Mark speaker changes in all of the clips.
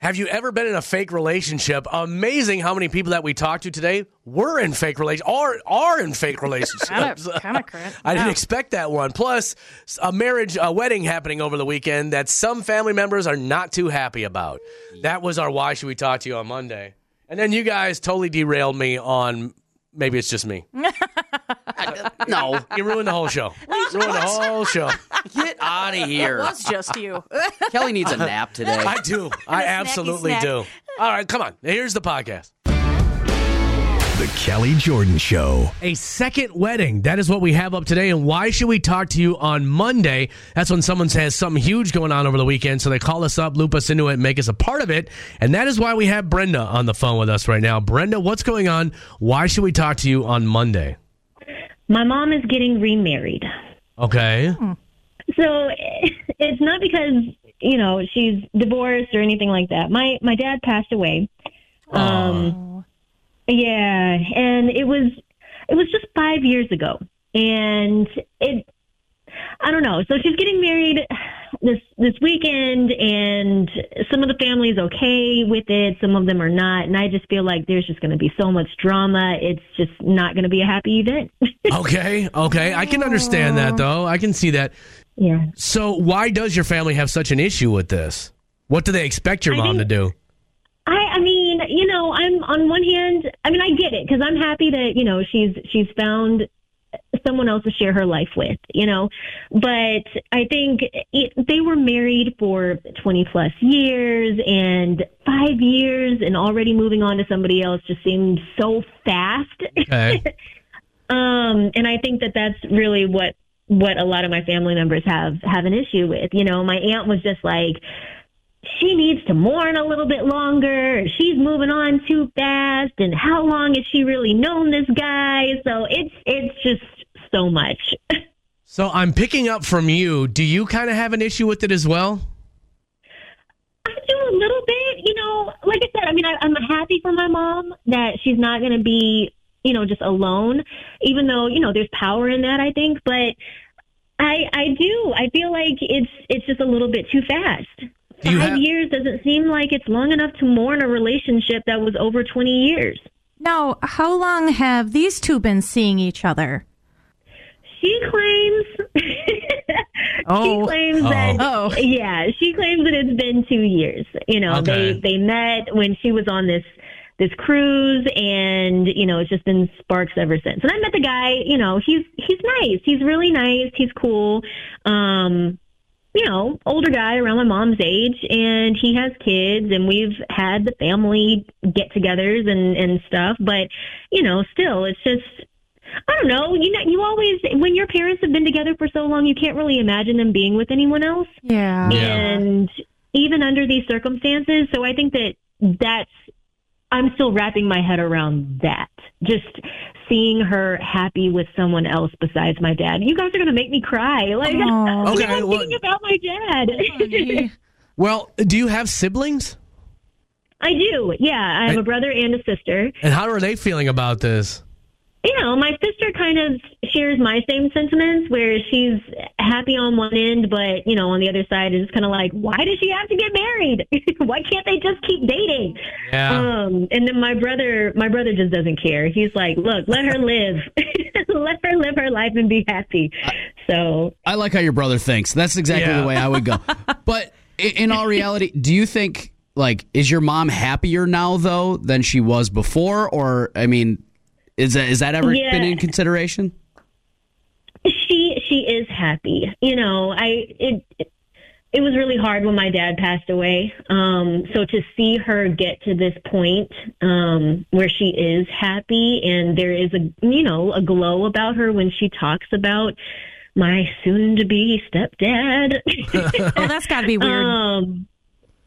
Speaker 1: Have you ever been in a fake relationship? Amazing how many people that we talked to today were in fake relationships, are, are in fake relationships.
Speaker 2: Kind of crit.
Speaker 1: I didn't
Speaker 2: Wow.
Speaker 1: expect that one. Plus, a marriage, a wedding happening over the weekend that some family members are not too happy about. That was our why should we talk to you on Monday. And then you guys totally derailed me on maybe it's just me.
Speaker 3: No,
Speaker 1: You ruined the whole show. ruined the whole show.
Speaker 3: get out of here.
Speaker 2: It's just you.
Speaker 3: Kelly needs a nap today.
Speaker 1: I do. I absolutely
Speaker 2: snack.
Speaker 1: do. All right, come on. Here's the podcast.
Speaker 4: The Kelly Jordan Show.
Speaker 1: A second wedding. That is what we have up today. And why should we talk to you on Monday? That's when someone has something huge going on over the weekend. So they call us up, loop us into it, and make us a part of it. And that is why we have Brenda on the phone with us right now. Brenda, what's going on? Why should we talk to you on Monday?
Speaker 5: My mom is getting remarried.
Speaker 1: Okay.
Speaker 5: So it's not because, you know, she's divorced or anything like that. My my dad passed away. Um yeah, and it was it was just 5 years ago. And it I don't know. So she's getting married this this weekend and some of the family's okay with it, some of them are not, and I just feel like there's just going to be so much drama. It's just not going to be a happy event.
Speaker 1: Okay. Okay. I can understand that, though. I can see that.
Speaker 5: yeah.
Speaker 1: So why does your family have such an issue with this? What do they expect your
Speaker 5: I
Speaker 1: mom to
Speaker 5: think-
Speaker 1: do?
Speaker 5: I, I mean, you know, I'm on one hand, I mean, I get it because I'm happy that you know she's she's found someone else to share her life with, you know. But I think it, they were married for 20 plus years and five years, and already moving on to somebody else just seemed so fast.
Speaker 1: Okay.
Speaker 5: Um, and I think that that's really what what a lot of my family members have have an issue with. You know, my aunt was just like, she needs to mourn a little bit longer. She's moving on too fast, and how long has she really known this guy? So it's it's just so much.
Speaker 1: So I'm picking up from you. Do you kind of have an issue with it as well?
Speaker 5: I do a little bit, you know. Like I said, I mean, I, I'm happy for my mom that she's not going to be, you know, just alone. Even though you know there's power in that, I think. But I, I do. I feel like it's it's just a little bit too fast.
Speaker 1: Do you
Speaker 5: Five
Speaker 1: have-
Speaker 5: years doesn't seem like it's long enough to mourn a relationship that was over 20 years.
Speaker 2: Now, how long have these two been seeing each other?
Speaker 5: She claims.
Speaker 2: Oh.
Speaker 5: she claims that.
Speaker 2: Oh.
Speaker 5: Yeah, she claims that it's been two years. You know,
Speaker 1: Okay.
Speaker 5: they they met when she was on this this cruise, and you know, it's just been sparks ever since. And I met the guy. You know, he's he's nice. He's really nice. He's cool. Um, you know, older guy around my mom's age, and he has kids, and we've had the family get-togethers and and stuff. But you know, still, it's just I don't know. You know, you always when your parents have been together for so long, you can't really imagine them being with anyone else,
Speaker 2: Yeah.
Speaker 5: and even under these circumstances. So I think that that's I'm still wrapping my head around that. Just seeing her happy with someone else besides my dad. You guys are gonna make me cry. Like
Speaker 2: Aw.
Speaker 1: Okay,
Speaker 5: Um, I'm
Speaker 1: well-
Speaker 5: thinking about my dad.
Speaker 1: Well, do you have siblings?
Speaker 5: I do. Yeah, I have a brother and a sister.
Speaker 1: And how are they feeling about this?
Speaker 5: you know, my sister kind of shares my same sentiments where she's happy on one end, but, you know, on the other side is kind of like, why does she have to get married? why can't they just keep dating?
Speaker 1: Yeah.
Speaker 5: Um, and then my brother, my brother just doesn't care. He's like, look, let her live. let her live her life and be happy. So
Speaker 3: I like how your brother thinks. That's exactly
Speaker 1: Yeah.
Speaker 3: the way I would go. but i- in all reality, do you think like is your mom happier now though than she was before? Or I mean, is that is that ever
Speaker 5: Yeah.
Speaker 3: been in consideration?
Speaker 5: she, she is happy. You know, I, it, it was really hard when my dad passed away. Um, so to see her get to this point um, where she is happy and there is a you know a glow about her when she talks about my soon-to-be stepdad.
Speaker 2: Oh, that's got to be weird.
Speaker 5: um,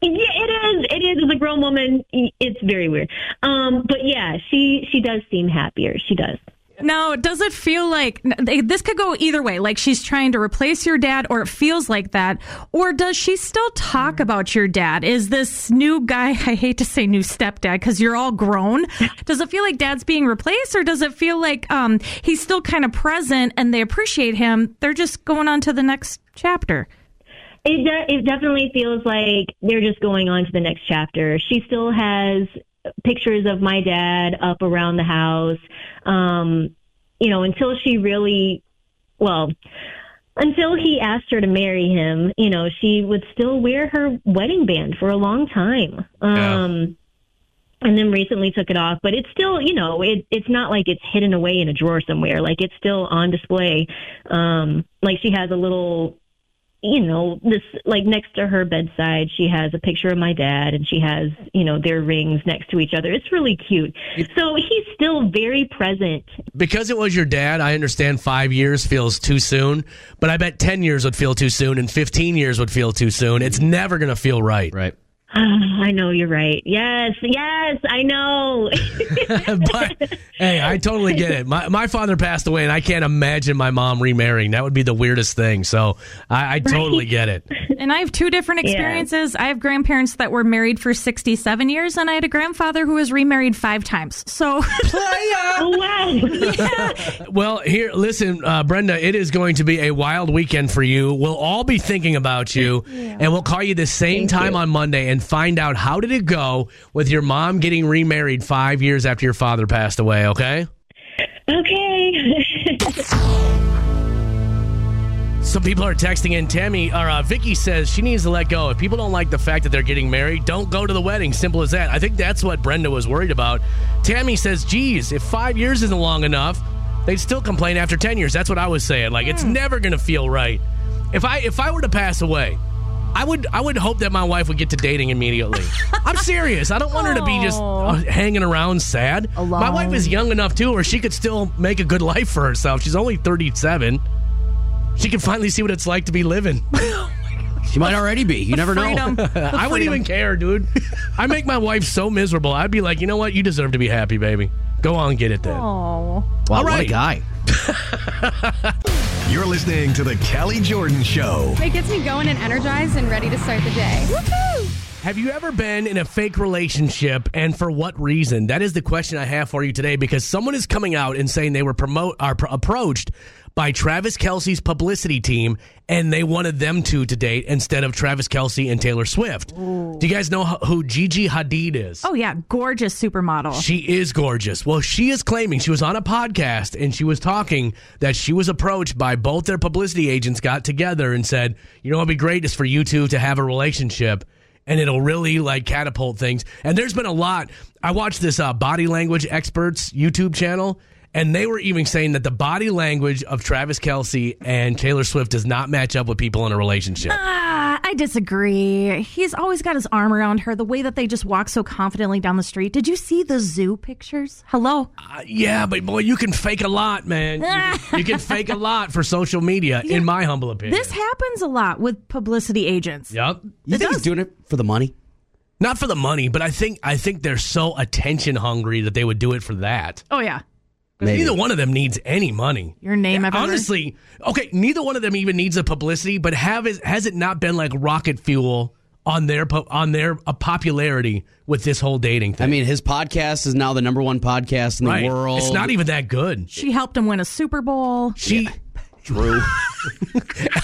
Speaker 5: yeah, it is. It is as a grown woman. It's very weird. Um, but yeah, she she does seem happier. She does.
Speaker 2: Now, does it feel like this could go either way? Like she's trying to replace your dad, or it feels like that? Or does she still talk about your dad? Is this new guy, I hate to say new stepdad because you're all grown, does it feel like dad's being replaced, or does it feel like um, he's still kind of present and they appreciate him? They're just going on to the next chapter.
Speaker 5: It de- it definitely feels like they're just going on to the next chapter. She still has pictures of my dad up around the house. Um, you know, until she really, well, until he asked her to marry him, you know, she would still wear her wedding band for a long time. Um, and then recently took it off, but it's still, you know, it, it's not like it's hidden away in a drawer somewhere. Like it's still on display. Um, like she has a little, you know, this, like next to her bedside, she has a picture of my dad and she has, you know, their rings next to each other. It's really cute. So he's still very present.
Speaker 1: because it was your dad, I understand five years feels too soon, but I bet 10 years would feel too soon and 15 years would feel too soon. It's never going to feel right.
Speaker 3: Right.
Speaker 5: I know you're right. Yes, yes, I know.
Speaker 1: but hey, I totally get it. My, my father passed away, and I can't imagine my mom remarrying. That would be the weirdest thing. So I, I totally get it.
Speaker 2: And I have two different experiences. I have grandparents that were married for 67 years, and I had a grandfather who was remarried five times. So
Speaker 5: oh, wow.
Speaker 1: Well, here, listen, uh, Brenda, it is going to be a wild weekend for you. We'll all be thinking about you, and we'll call you the same time on Monday and find out how did it go with your mom getting remarried five years after your father passed away. Okay.
Speaker 5: Okay.
Speaker 1: Some people are texting in. Tammy or uh, Vicky says she needs to let go. If people don't like the fact that they're getting married, don't go to the wedding. Simple as that. I think that's what Brenda was worried about. Tammy says, "Geez, if five years isn't long enough, they'd still complain after ten years." That's what I was saying. Like it's never gonna feel right. If I if I were to pass away, I would I would hope that my wife would get to dating immediately. I'm serious. I don't want her to be just
Speaker 2: Aw.
Speaker 1: uh, hanging around sad. My wife is young enough too, where she could still make a good life for herself. She's only 37. She can finally see what it's like to be living.
Speaker 2: Oh
Speaker 3: She might already be. You never
Speaker 2: freedom.
Speaker 3: know.
Speaker 1: I wouldn't even care, dude. I make my wife so miserable. I'd be like, you know what? You deserve to be happy, baby. Go on, get it then.
Speaker 2: Oh.
Speaker 3: Wow, what a
Speaker 1: right.
Speaker 3: guy.
Speaker 4: You're listening to The Kelly Jordan Show.
Speaker 6: It gets me going and energized and ready to start the day.
Speaker 1: Have you ever been in a fake relationship and for what reason? That is the question I have for you today because someone is coming out and saying they were promote are pro- approached by Travis Kelsey's publicity team and they wanted them two to date instead of Travis Kelsey and Taylor Swift. Do you guys know who- who Gigi Hadid is?
Speaker 2: oh, yeah. Gorgeous supermodel.
Speaker 1: She is gorgeous. Well, she is claiming she was on a podcast and she was talking that she was approached by both their publicity agents got together and said, "You know what'd be great is for you two to have a relationship." And it'll really like catapult things. And there's been a lot. I watched this uh, body language experts YouTube channel, and they were even saying that the body language of Travis Kelsey and Taylor Swift does not match up with people in a relationship.
Speaker 2: Ah, I disagree. He's always got his arm around her, the way that they just walk so confidently down the street. Did you see the zoo pictures? Hello?
Speaker 1: Uh, yeah, but boy, you can fake a lot, man. You can, you can fake a lot for social media, in my humble opinion.
Speaker 2: This happens a lot with publicity agents.
Speaker 1: Yep.
Speaker 3: You think he's doing it for the money?
Speaker 1: Not for the money, but I think I think they're so attention hungry that they would do it for that.
Speaker 2: Oh, yeah.
Speaker 1: 'Cause Neither one of them needs any money.
Speaker 2: Your name ever.
Speaker 1: Honestly, okay, neither one of them even needs a publicity, but have is, has it not been like rocket fuel on their po- on their uh, popularity with this whole dating thing?
Speaker 3: I mean, his podcast is now the number one podcast in the
Speaker 1: Right.
Speaker 3: world.
Speaker 1: It's not even that good.
Speaker 2: She helped him win a Super Bowl.
Speaker 1: She
Speaker 3: true.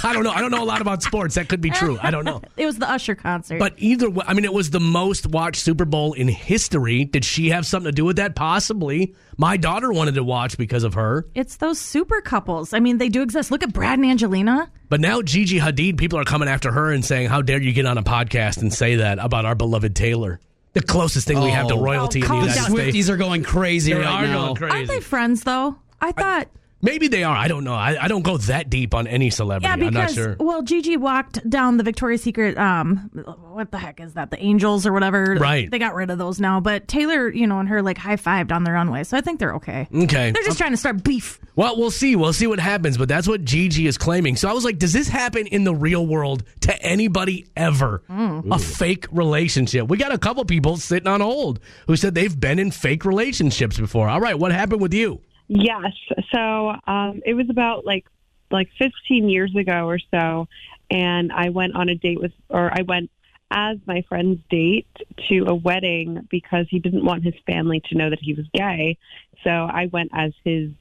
Speaker 1: I don't know. I don't know a lot about sports. That could be true. I don't know.
Speaker 2: It was the Usher concert.
Speaker 1: But either way, I mean, it was the most watched Super Bowl in history. Did she have something to do with that? Possibly. My daughter wanted to watch because of her.
Speaker 2: it's those super couples. I mean, they do exist. Look at Brad and Angelina.
Speaker 1: But now Gigi Hadid, people are coming after her and saying, "How dare you get on a podcast and say that about our beloved Taylor?" The closest thing we have to
Speaker 3: Oh.
Speaker 1: royalty
Speaker 2: Oh,
Speaker 1: in
Speaker 2: calm
Speaker 1: the
Speaker 3: the
Speaker 1: United
Speaker 2: down.
Speaker 1: States.
Speaker 3: Swifties are going crazy
Speaker 1: They
Speaker 3: right
Speaker 1: are
Speaker 3: now.
Speaker 1: going
Speaker 2: Aren't
Speaker 1: crazy.
Speaker 2: they friends, though? I thought.
Speaker 1: Maybe they are. I don't know. I, I don't go that deep on any celebrity.
Speaker 2: Yeah,
Speaker 1: I'm not
Speaker 2: because
Speaker 1: sure.
Speaker 2: well, Gigi walked down the Victoria's Secret. Um, what the heck is that? The Angels or whatever.
Speaker 1: Right.
Speaker 2: They got rid of those now. But Taylor, you know, and her like high fived on the runway, so I think they're okay.
Speaker 1: Okay.
Speaker 2: They're just trying to start beef.
Speaker 1: Well, we'll see. We'll see what happens. But that's what Gigi is claiming. So I was like, does this happen in the real world to anybody ever?
Speaker 3: Mm.
Speaker 1: A fake relationship. We got a couple people sitting on hold who said they've been in fake relationships before. All right, what happened with you?
Speaker 7: Yes. So um, it was about like like 15 years ago or so, and I went on a date with, or I went as my friend's date to a wedding because he didn't want his family to know that he was gay. So I went as his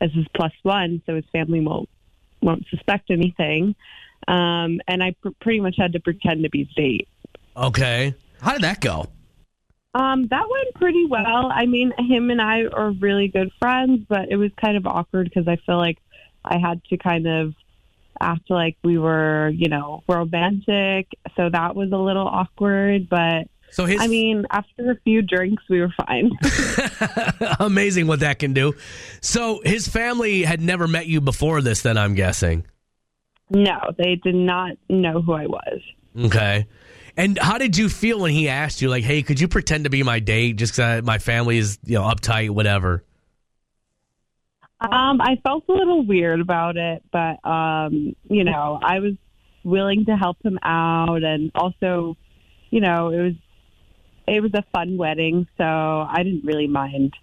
Speaker 7: as his plus one, so his family won't won't suspect anything. um, and I pr- pretty much had to pretend to be date.
Speaker 1: Okay.
Speaker 3: How did that go?
Speaker 7: Um, that went pretty well. I mean, him and I are really good friends, but it was kind of awkward because I feel like I had to kind of act like we were, you know, romantic. So that was a little awkward, but
Speaker 1: So his
Speaker 7: I mean, after a few drinks, we were fine.
Speaker 1: amazing what that can do. So his family had never met you before this. Then I'm guessing.
Speaker 7: no, they did not know who I was.
Speaker 1: Okay. And how did you feel when he asked you, like, "Hey, could you pretend to be my date just because my family is, you know, uptight, whatever"?
Speaker 7: Um, I felt a little weird about it, but um, you know, I was willing to help him out, and also, you know, it was it was a fun wedding, so I didn't really mind.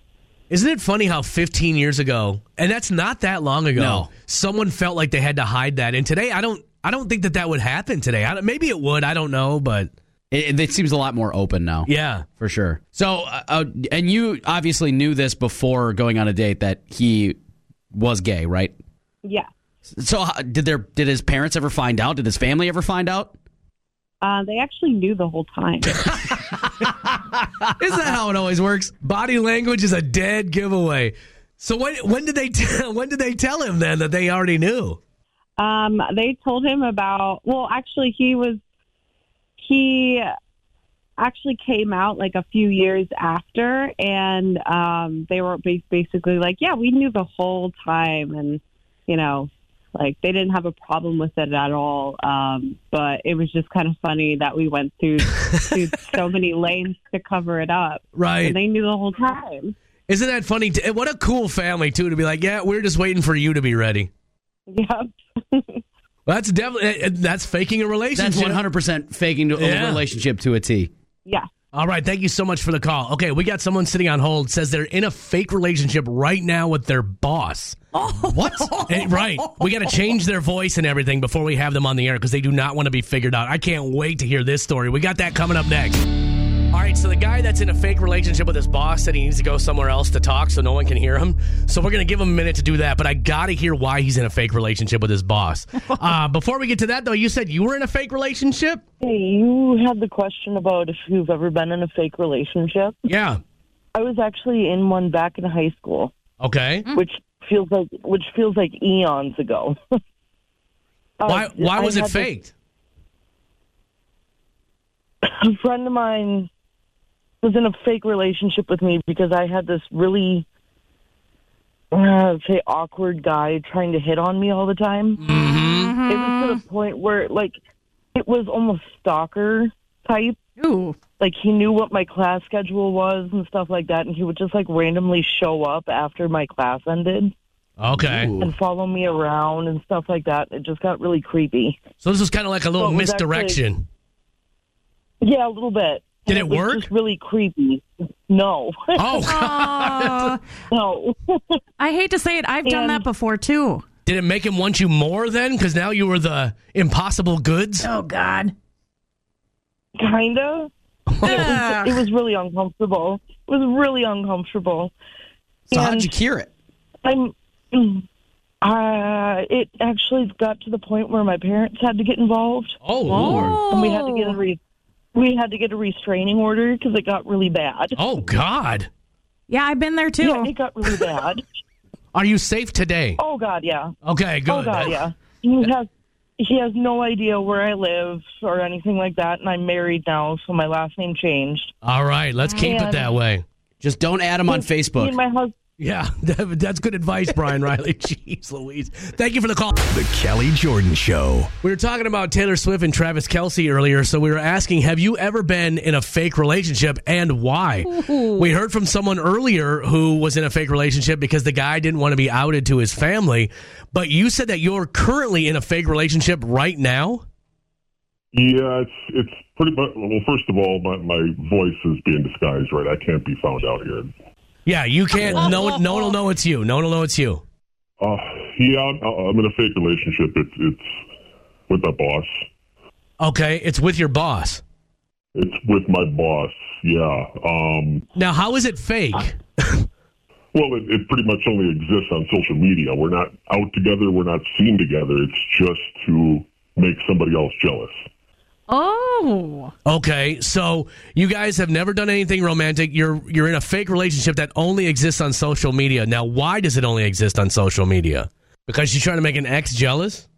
Speaker 1: Isn't it funny how 15 years ago, and that's not that long ago,
Speaker 3: No.
Speaker 1: someone felt like they had to hide that. And today, I don't, I don't think that that would happen today. I don't, maybe it would. I don't know, but
Speaker 3: It, it seems a lot more open now.
Speaker 1: yeah.
Speaker 3: for sure. So, uh, uh, and you obviously knew this before going on a date that he was gay, right?
Speaker 7: Yeah,
Speaker 3: So, how, did their did his parents ever find out? Did his family ever find out?
Speaker 7: uh, they actually knew the whole time.
Speaker 3: Isn't that how it always works?
Speaker 1: Body language is a dead giveaway. So when when did they t- when did they tell him then that they already knew?
Speaker 7: Um, they told him about. Well, actually, he was he actually came out like a few years after, and um, they were ba- basically like, "Yeah, we knew the whole time," and you know, like they didn't have a problem with it at all. Um, but it was just kind of funny that we went through, through so many lanes to cover it up,
Speaker 1: Right.
Speaker 7: and they knew the whole time.
Speaker 1: Isn't that funny? T- what a cool family too to be like, yeah, we're just waiting for you to be ready.
Speaker 7: Yep.
Speaker 1: Well, that's definitely eh, that's faking a relationship.
Speaker 3: That's one hundred percent faking to,
Speaker 1: Yeah.
Speaker 3: a relationship to a T.
Speaker 7: yeah.
Speaker 1: All right, thank you so much for the call. Okay, we got someone sitting on hold says they're in a fake relationship right now with their boss.
Speaker 3: What?
Speaker 1: Eh, right. We got to change their voice and everything before we have them on the air because they do not want to be figured out. I can't wait to hear this story. We got that coming up next. All right, so the guy that's in a fake relationship with his boss said he needs to go somewhere else to talk so no one can hear him. So we're going to give him a minute to do that, but I got to hear why he's in a fake relationship with his boss. Uh, before we get to that, though, you said you were in a fake relationship?
Speaker 8: Hey, you had the question about if you've ever been in a fake relationship.
Speaker 1: Yeah.
Speaker 8: I was actually in one back in high school,
Speaker 1: Okay.
Speaker 8: which feels like which feels like eons ago. Uh,
Speaker 1: Why, why
Speaker 8: oh, I
Speaker 1: was it
Speaker 8: had this-
Speaker 1: faked?
Speaker 8: a friend of mine was in a fake relationship with me because I had this really uh, say awkward guy trying to hit on me all the time.
Speaker 1: Mm-hmm.
Speaker 8: It was to the point where like it was almost stalker type.
Speaker 2: Ooh.
Speaker 8: like he knew what my class schedule was and stuff like that and he would just like randomly show up after my class ended
Speaker 1: Okay.
Speaker 8: and follow me around and stuff like that it just got really creepy
Speaker 1: So this was kind of like a little
Speaker 8: Well, it was actually-
Speaker 1: misdirection.
Speaker 8: yeah a little bit And
Speaker 1: Did it
Speaker 8: was
Speaker 1: work?
Speaker 8: just really creepy no
Speaker 1: Oh,
Speaker 2: Oh,
Speaker 8: no
Speaker 2: I hate to say it. I've done
Speaker 8: And-
Speaker 2: that before too.
Speaker 1: did it make him want you more then? Because now you were the impossible goods?
Speaker 2: Oh God.
Speaker 8: kinda
Speaker 2: Ah.
Speaker 8: it was really uncomfortable it was really uncomfortable
Speaker 3: So how
Speaker 8: And-
Speaker 3: did you cure it?
Speaker 8: I'm. Uh, it actually got to the point where my parents had to get involved,
Speaker 1: Oh, Lord.
Speaker 8: and we had to get a re- we had to get a restraining order because it got really bad.
Speaker 1: Oh, God.
Speaker 2: Yeah, I've been there too.
Speaker 8: Yeah, it got really bad.
Speaker 1: Are you safe today?
Speaker 8: Oh God, yeah.
Speaker 1: Okay, good.
Speaker 8: Oh God, yeah. He has he has no idea where I live or anything like that, and I'm married now, so my last name changed.
Speaker 1: All right, let's keep it
Speaker 8: And-
Speaker 1: that way.
Speaker 3: Just don't add him
Speaker 8: Me
Speaker 3: on
Speaker 8: and
Speaker 3: Facebook.
Speaker 8: my husband.
Speaker 1: Yeah, that- that's good advice, Brian Riley. Jeez Louise. Thank you for the call.
Speaker 4: The Kelly Jordan Show.
Speaker 1: We were talking about Taylor Swift and Travis Kelsey earlier, so we were asking, have you ever been in a fake relationship and why? We heard from someone earlier who was in a fake relationship because the guy didn't want to be outed to his family, but you said that you're currently in a fake relationship right now?
Speaker 9: Yeah, it's it's pretty much. Well, first of all, my my voice is being disguised, right? I can't be found out here.
Speaker 1: Yeah, you can't. No, one- no one will know it's you. No one will know it's you.
Speaker 9: Uh, yeah, I'm, I'm in a fake relationship. It's it's with my boss.
Speaker 1: Okay, it's with your boss.
Speaker 9: It's with my boss. Yeah. Um.
Speaker 1: Now, how is it fake?
Speaker 9: Well, it, it pretty much only exists on social media. We're not out together. We're not seen together. It's just to make somebody else jealous.
Speaker 2: Oh,
Speaker 1: Okay, so you guys have never done anything romantic. You're you're in a fake relationship that only exists on social media. Now, why does it only exist on social media? Because she's trying to make an ex jealous.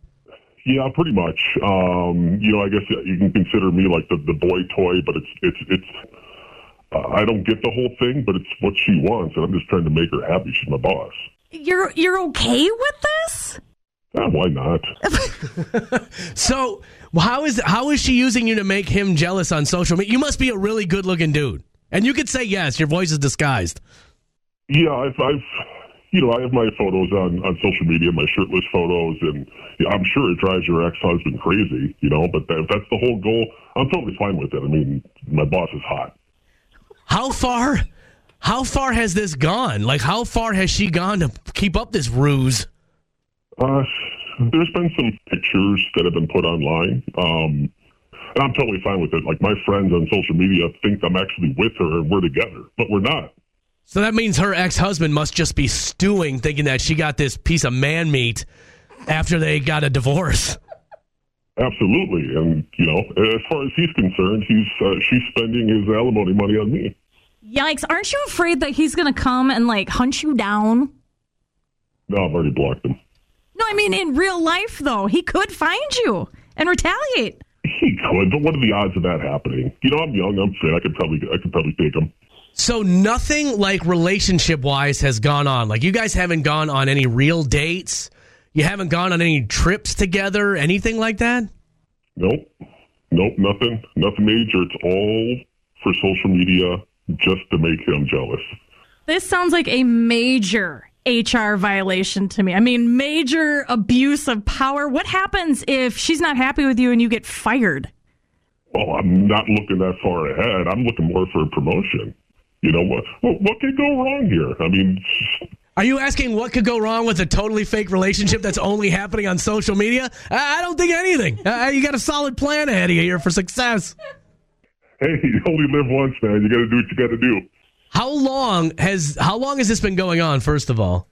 Speaker 9: Yeah, pretty much. Um, you know, I guess you can consider me like the, the boy toy, but it's it's it's. Uh, I don't get the whole thing, but it's what she wants, and I'm just trying to make her happy. She's my boss.
Speaker 2: you're you're okay with this?
Speaker 9: Ah, why not?
Speaker 1: So how is how is she using you to make him jealous on social media? You must be a really good looking dude, and you could say yes. Your voice is disguised.
Speaker 9: Yeah, I've, I've you know, I have my photos on on social media, my shirtless photos, and yeah, I'm sure it drives your ex husband crazy. You know, but that, if that's the whole goal, I'm totally fine with it. I mean, my boss is hot.
Speaker 1: How far? How far has this gone? Like, how far has she gone to keep up this ruse?
Speaker 9: Uh, there's been some pictures that have been put online. Um, and I'm totally fine with it. Like my friends on social media think I'm actually with her and we're together, but we're not.
Speaker 1: So that means her ex husband must just be stewing, thinking that she got this piece of man meat after they got a divorce.
Speaker 9: Absolutely. And you know, as far as he's concerned, he's uh, she's spending his alimony money on me.
Speaker 2: Yikes! Aren't you afraid that he's gonna come and like hunt you down?
Speaker 9: No, I've already blocked him.
Speaker 2: No, I mean in real life though, he could find you and retaliate.
Speaker 9: He could, but what are the odds of that happening? You know, I'm young. I'm fit. I could probably I could probably take him.
Speaker 1: So nothing like relationship wise has gone on. Like you guys haven't gone on any real dates. You haven't gone on any trips together, anything like that.
Speaker 9: Nope, nope, nothing, nothing major. It's all for social media, just to make him jealous.
Speaker 2: This sounds like a major HR violation to me. I mean, major abuse of power. What happens if she's not happy with you and you get fired?
Speaker 9: Well, Oh, I'm not looking that far ahead. I'm looking more for a promotion. You know what? What, what could go wrong here? I mean,
Speaker 1: Are you asking what could go wrong with a totally fake relationship that's only happening on social media? I I don't think anything. Uh, you got a solid plan ahead of you here for success.
Speaker 9: hey, you only live once, man. You got to do what you got to do.
Speaker 1: How long has how long has this been going on? First of all,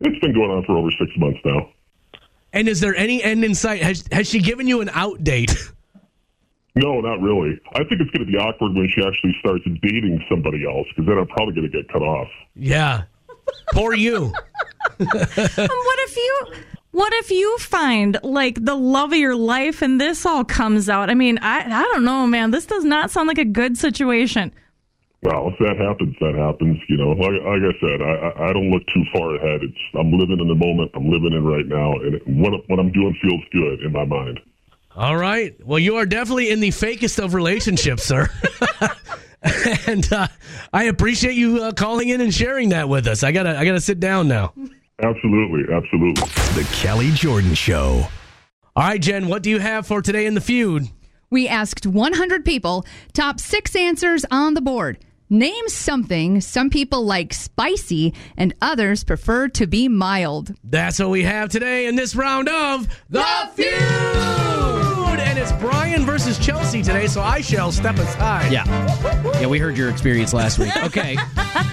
Speaker 9: It's been going on for over six months now.
Speaker 1: And is there any end in sight? Has, has she given you an out date?
Speaker 9: No, not really. I think it's going to be awkward when she actually starts dating somebody else because then I'm probably going to get cut off.
Speaker 1: yeah. Poor you.
Speaker 2: And what if you what if you find like the love of your life and this all comes out? I mean, I I don't know, man. This does not sound like a good situation.
Speaker 9: Well, if that happens, that happens. You know, like, like I said, I, I- I don't look too far ahead. It's I'm living in the moment. I'm living in right now, and it- what what I'm doing feels good in my mind.
Speaker 1: All right. Well, you are definitely in the fakest of relationships, sir. and uh, I appreciate you uh, calling in and sharing that with us. I gotta I gotta sit down now.
Speaker 9: Absolutely, absolutely.
Speaker 4: The Kelly Jordan Show.
Speaker 1: All right, Jen. What do you have for today in the feud?
Speaker 6: We asked 100 people, top six answers on the board. Name something some people like spicy and others prefer to be mild.
Speaker 1: That's what we have today in this round of the feud. And it's Brian versus Chelsea today, so I shall step aside.
Speaker 3: Yeah. Yeah, we heard your experience last week. Okay.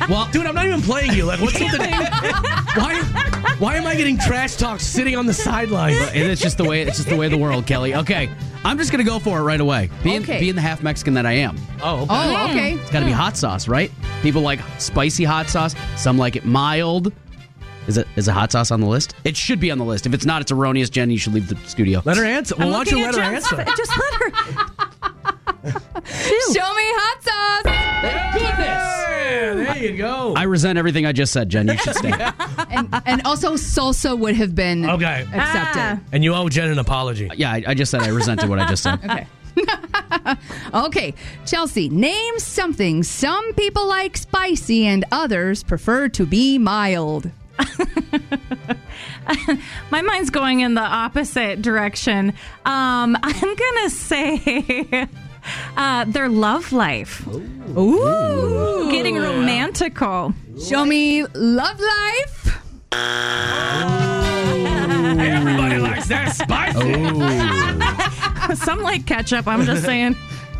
Speaker 3: Well,
Speaker 1: Dude, I'm not even playing you. Like, what's with the why? Why am I getting trash talked sitting on the sidelines?
Speaker 3: and it's just the way it's just the way of the world, Kelly. Okay. I'm just gonna go for it right away. Being
Speaker 6: Okay.
Speaker 3: being the half Mexican that I am.
Speaker 1: Oh, okay.
Speaker 6: Oh, okay.
Speaker 3: It's gotta be hot sauce, right? People like spicy hot sauce, some like it mild. Is it is a hot sauce on the list? It should be on the list. If it's not, it's erroneous, Jen. You should leave the studio.
Speaker 1: let her answer. Well,
Speaker 2: I'm
Speaker 1: why don't you
Speaker 2: looking
Speaker 1: let
Speaker 2: at
Speaker 1: her
Speaker 2: Jen's-
Speaker 1: answer?
Speaker 2: Just let her.
Speaker 6: Show me hot sauce.
Speaker 1: Yeah, there you go.
Speaker 3: I resent everything I just said, Jen. You should stay.
Speaker 6: And, and also, salsa would have been
Speaker 1: okay.
Speaker 3: Ah.
Speaker 6: accepted.
Speaker 1: And you owe Jen an apology.
Speaker 3: Yeah, I, I just said I resented what I just said.
Speaker 6: Okay. okay, Chelsea, name something some people like spicy and others prefer to be mild.
Speaker 2: My mind's going in the opposite direction. Um, I'm gonna say uh, their love life. Ooh, getting romantical.
Speaker 6: Show me love life.
Speaker 1: Everybody likes that spicy.
Speaker 3: Oh.
Speaker 2: Some like ketchup. I'm just saying.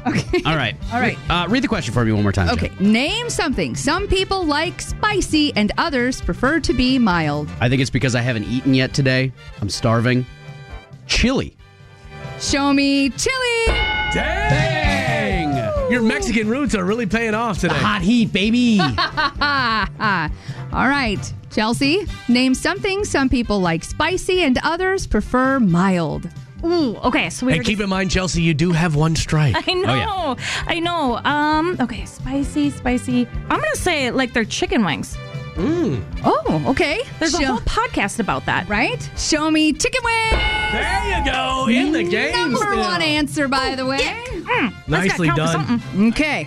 Speaker 3: All right.
Speaker 6: All right.
Speaker 3: Uh, read the question for me one more time.
Speaker 6: Okay,
Speaker 3: Jen.
Speaker 6: name something some people like spicy and others prefer to be mild.
Speaker 3: I think it's because I haven't eaten yet today. I'm starving. Chili.
Speaker 6: Show me chili.
Speaker 1: Dang! Your Mexican roots are really paying off today.
Speaker 3: Hot heat, baby.
Speaker 6: All right, Chelsea, name something some people like spicy and others prefer mild.
Speaker 2: Ooh, okay. So we
Speaker 1: And
Speaker 2: already-
Speaker 1: keep in mind, Chelsea, you do have one strike.
Speaker 6: Oh,
Speaker 2: I know. I know. Um, okay, spicy, spicy. I'm gonna say like they're chicken wings.
Speaker 6: Oh, okay.
Speaker 2: There's a
Speaker 6: Show-
Speaker 2: whole podcast about that.
Speaker 6: right? Show me chicken wings.
Speaker 1: There you go, in the game.
Speaker 6: Number
Speaker 1: still.
Speaker 6: one answer, by the way.
Speaker 1: Nicely
Speaker 2: Mm, That's gotta count for
Speaker 1: done.
Speaker 2: something.
Speaker 6: Okay.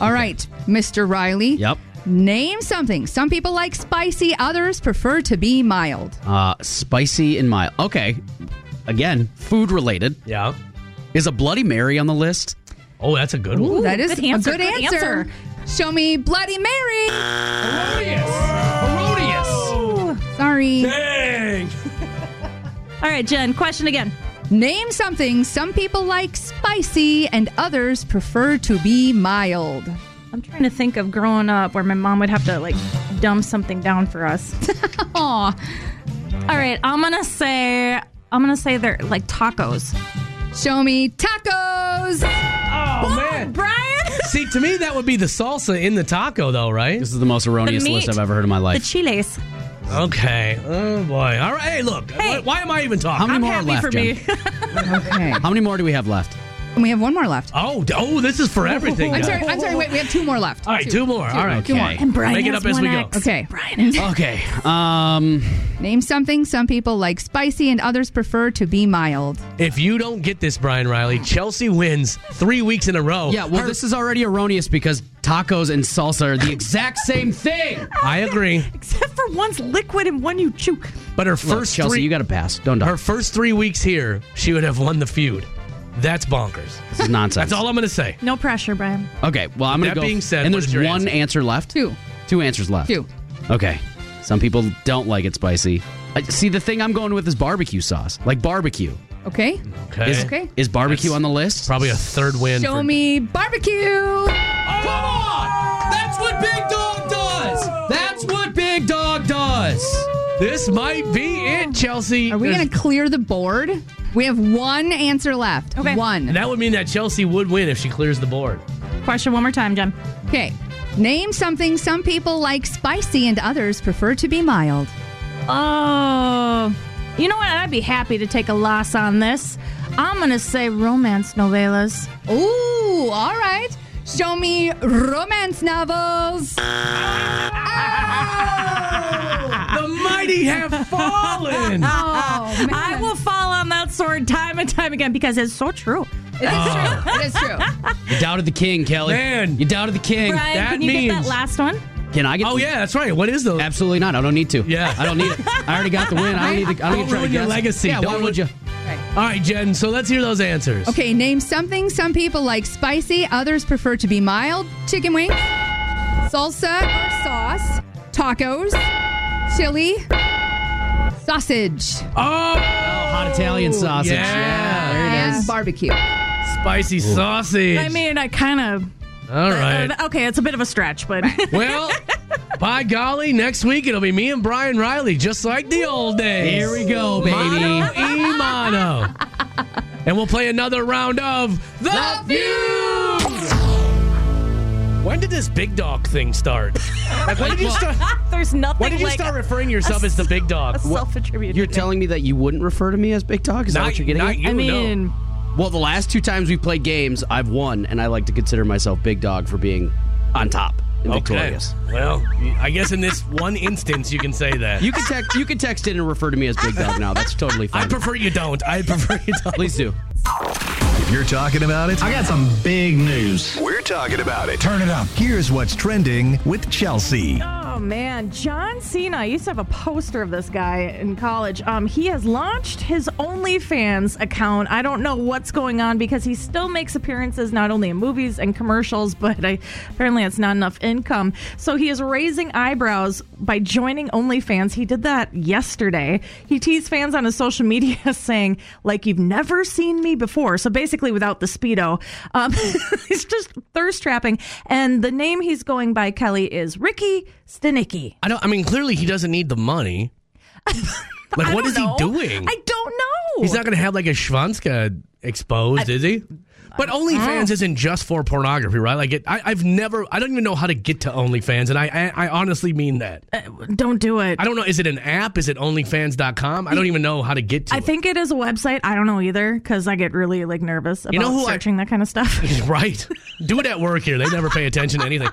Speaker 6: All right, Mr. Riley.
Speaker 3: yep.
Speaker 6: Name something. Some people like spicy, others prefer to be mild.
Speaker 3: Uh, spicy and mild. Okay. Again, food related.
Speaker 1: Yeah.
Speaker 3: Is a Bloody Mary on the list?
Speaker 1: Oh, that's a good one.
Speaker 6: that is
Speaker 2: good answer,
Speaker 6: a good,
Speaker 2: good
Speaker 6: answer.
Speaker 2: answer.
Speaker 6: Show me Bloody Mary.
Speaker 1: Herodias.
Speaker 6: Sorry.
Speaker 1: Dang.
Speaker 2: All right, Jen. Question again.
Speaker 6: Name something some people like spicy and others prefer to be mild.
Speaker 2: I'm trying to think of growing up where my mom would have to like dumb something down for us.
Speaker 6: Aw.
Speaker 2: All right, I'm gonna say I'm gonna say they're like tacos.
Speaker 6: Show me tacos.
Speaker 1: Oh, man.
Speaker 2: Brian,
Speaker 1: See, to me, that would be the salsa in the taco, though, right?
Speaker 3: This is the most erroneous
Speaker 2: meat.
Speaker 3: list I've ever heard in my
Speaker 2: the
Speaker 3: life.
Speaker 2: chiles.
Speaker 1: Okay. Oh, boy. All right. Hey, look.
Speaker 2: Hey.
Speaker 1: Why, why am I even talking?
Speaker 3: How many
Speaker 2: I'm
Speaker 3: more are
Speaker 2: happy
Speaker 3: left,
Speaker 2: for
Speaker 3: Jen?
Speaker 2: me.
Speaker 6: Okay.
Speaker 3: How many more do we have left?
Speaker 6: And we have one more left.
Speaker 1: Oh, d- oh, this is for everything.
Speaker 6: I'm
Speaker 1: guys.
Speaker 6: sorry. I'm sorry. Wait, we have two more left.
Speaker 1: All right, two more. All right.
Speaker 3: Two more. Okay.
Speaker 2: and Brian
Speaker 1: Make it
Speaker 2: has
Speaker 1: up as we
Speaker 2: one
Speaker 1: go.
Speaker 2: X.
Speaker 6: Okay.
Speaker 2: Brian.
Speaker 3: Okay. Um,
Speaker 6: Name something some people like spicy and others prefer to be mild.
Speaker 1: If you don't get this, Brian Riley, Chelsea wins three weeks in a row.
Speaker 3: yeah, well, this is already erroneous because tacos and salsa are the exact same thing.
Speaker 1: I agree.
Speaker 2: Except for one's liquid and one you chew.
Speaker 1: But her
Speaker 3: Look,
Speaker 1: first
Speaker 3: Chelsea,
Speaker 1: three,
Speaker 3: you got to pass. Don't die.
Speaker 1: her first three weeks here, she would have won the feud. That's bonkers.
Speaker 3: This is nonsense.
Speaker 1: That's all I'm going to say.
Speaker 2: No pressure, Brian.
Speaker 3: Okay, well, I'm going
Speaker 1: That
Speaker 3: to go.
Speaker 1: being said,
Speaker 3: and
Speaker 1: what
Speaker 3: there's
Speaker 1: is your
Speaker 3: one
Speaker 1: answer?
Speaker 3: answer? left?
Speaker 6: Two.
Speaker 3: Two answers left.
Speaker 6: Two.
Speaker 3: Okay. Some people don't like it spicy. I, see, the thing I'm going with is barbecue sauce. Like barbecue.
Speaker 6: Okay.
Speaker 1: Okay.
Speaker 3: Is,
Speaker 6: Okay.
Speaker 3: is barbecue
Speaker 1: That's
Speaker 3: on the list?
Speaker 1: Probably a third win.
Speaker 6: Show
Speaker 1: for-
Speaker 6: me barbecue.
Speaker 3: Oh, Come on! That's what Big Dog does! That's what Big Dog does!
Speaker 1: This might be it, Chelsea.
Speaker 6: Are we
Speaker 1: There's-
Speaker 6: going to clear the board? We have one answer left.
Speaker 2: Okay.
Speaker 1: And
Speaker 6: One.
Speaker 1: that would mean that Chelsea would win if she clears the board.
Speaker 2: Question one more time, Jen.
Speaker 6: Okay. Name something some people like spicy and others prefer to be mild.
Speaker 2: Oh, you know what? I'd be happy to take a loss on this. I'm gonna say romance novellas.
Speaker 6: Ooh, all right. Show me romance novels.
Speaker 3: Ah!
Speaker 1: The mighty have fallen.
Speaker 6: Oh, man.
Speaker 2: I will fall on that sword time and time again because it's so true.
Speaker 6: It is true. It is true.
Speaker 3: You doubted the king, Kelly.
Speaker 1: Man.
Speaker 3: You doubted the king.
Speaker 2: Brian,
Speaker 1: that
Speaker 2: can you get
Speaker 1: means-
Speaker 2: that last one?
Speaker 3: Can I get
Speaker 1: Oh yeah, that's right. What is the?
Speaker 3: Absolutely not. I don't need to.
Speaker 1: Yeah.
Speaker 3: I don't need it. I already got the win. I don't need to. I don't, need
Speaker 1: Don't
Speaker 3: to try
Speaker 1: ruin
Speaker 3: to
Speaker 1: your
Speaker 3: guess.
Speaker 1: legacy.
Speaker 3: Yeah, why
Speaker 1: Don't
Speaker 3: would you?
Speaker 1: ruin- All right, Jen. So let's hear those answers.
Speaker 6: Okay, name something some people like spicy, others prefer to be mild. Chicken wings, salsa or sauce, tacos, chili, sausage,
Speaker 1: Oh!
Speaker 3: Hot Italian sausage.
Speaker 1: Yeah.
Speaker 3: there it is.
Speaker 6: and barbecue.
Speaker 1: Spicy sausage.
Speaker 2: I mean, I kind of. uh,
Speaker 1: All right.
Speaker 2: okay, it's a bit of a stretch, but
Speaker 1: Well, by golly, next week it'll be me and Brian Riley, just like the old days.
Speaker 3: Here we go, baby.
Speaker 1: Mono e mono. And we'll play another round of The, View. When did this big dog thing start? Like, when did you start?
Speaker 2: there's nothing.
Speaker 1: When did you
Speaker 2: like
Speaker 1: start referring yourself as the big dog?
Speaker 2: self-attributed.
Speaker 3: You're telling me that you wouldn't refer to me as Big Dog? Is that what you're getting
Speaker 1: not
Speaker 3: at?
Speaker 1: you,
Speaker 2: I
Speaker 1: no.
Speaker 2: mean,
Speaker 3: Well, the last two times we played games, I've won, and I like to consider myself Big Dog for being on top and victorious.
Speaker 1: Okay. Well, I guess in this one instance you can say that.
Speaker 3: You can text. You can text in and refer to me as Big Dog now. That's totally
Speaker 1: I
Speaker 3: fine.
Speaker 1: prefer you don't. I prefer you don't.
Speaker 3: Please do.
Speaker 4: If you're talking about it,
Speaker 10: I got some big news.
Speaker 4: we're talking about it. Turn it up. Here's what's trending with Chelsea.
Speaker 2: Oh man, John Cena. I used to have a poster of this guy in college. Um, he has launched his OnlyFans account. I don't know what's going on because he still makes appearances not only in movies and commercials, but I, apparently it's not enough income. So he is raising eyebrows by joining OnlyFans. He did that yesterday. He teased fans on his social media saying, "Like you've never seen me before." So basically, without the speedo, um, he's just thirst trapping. And the name he's going by, Kelly, is Ricky Stenicki.
Speaker 1: I don't. I mean, clearly he doesn't need the money. Like,
Speaker 2: I
Speaker 1: what
Speaker 2: don't
Speaker 1: is
Speaker 2: know.
Speaker 1: he doing?
Speaker 2: I don't
Speaker 1: He's not going to have like a Schwanzka exposed, is he? But OnlyFans isn't just for pornography, right? Like, it, I, I've never, I don't even know how to get to OnlyFans, and I, I, I honestly mean that.
Speaker 2: Uh, Don't do it.
Speaker 1: I don't know. Is it an app? Is it OnlyFans.com? I don't even know how to get to.
Speaker 2: I
Speaker 1: it.
Speaker 2: think it is a website. I don't know either because I get really like nervous about
Speaker 1: You know who I-
Speaker 2: searching that kind of stuff.
Speaker 1: right. Do it at work here. They never pay attention to anything.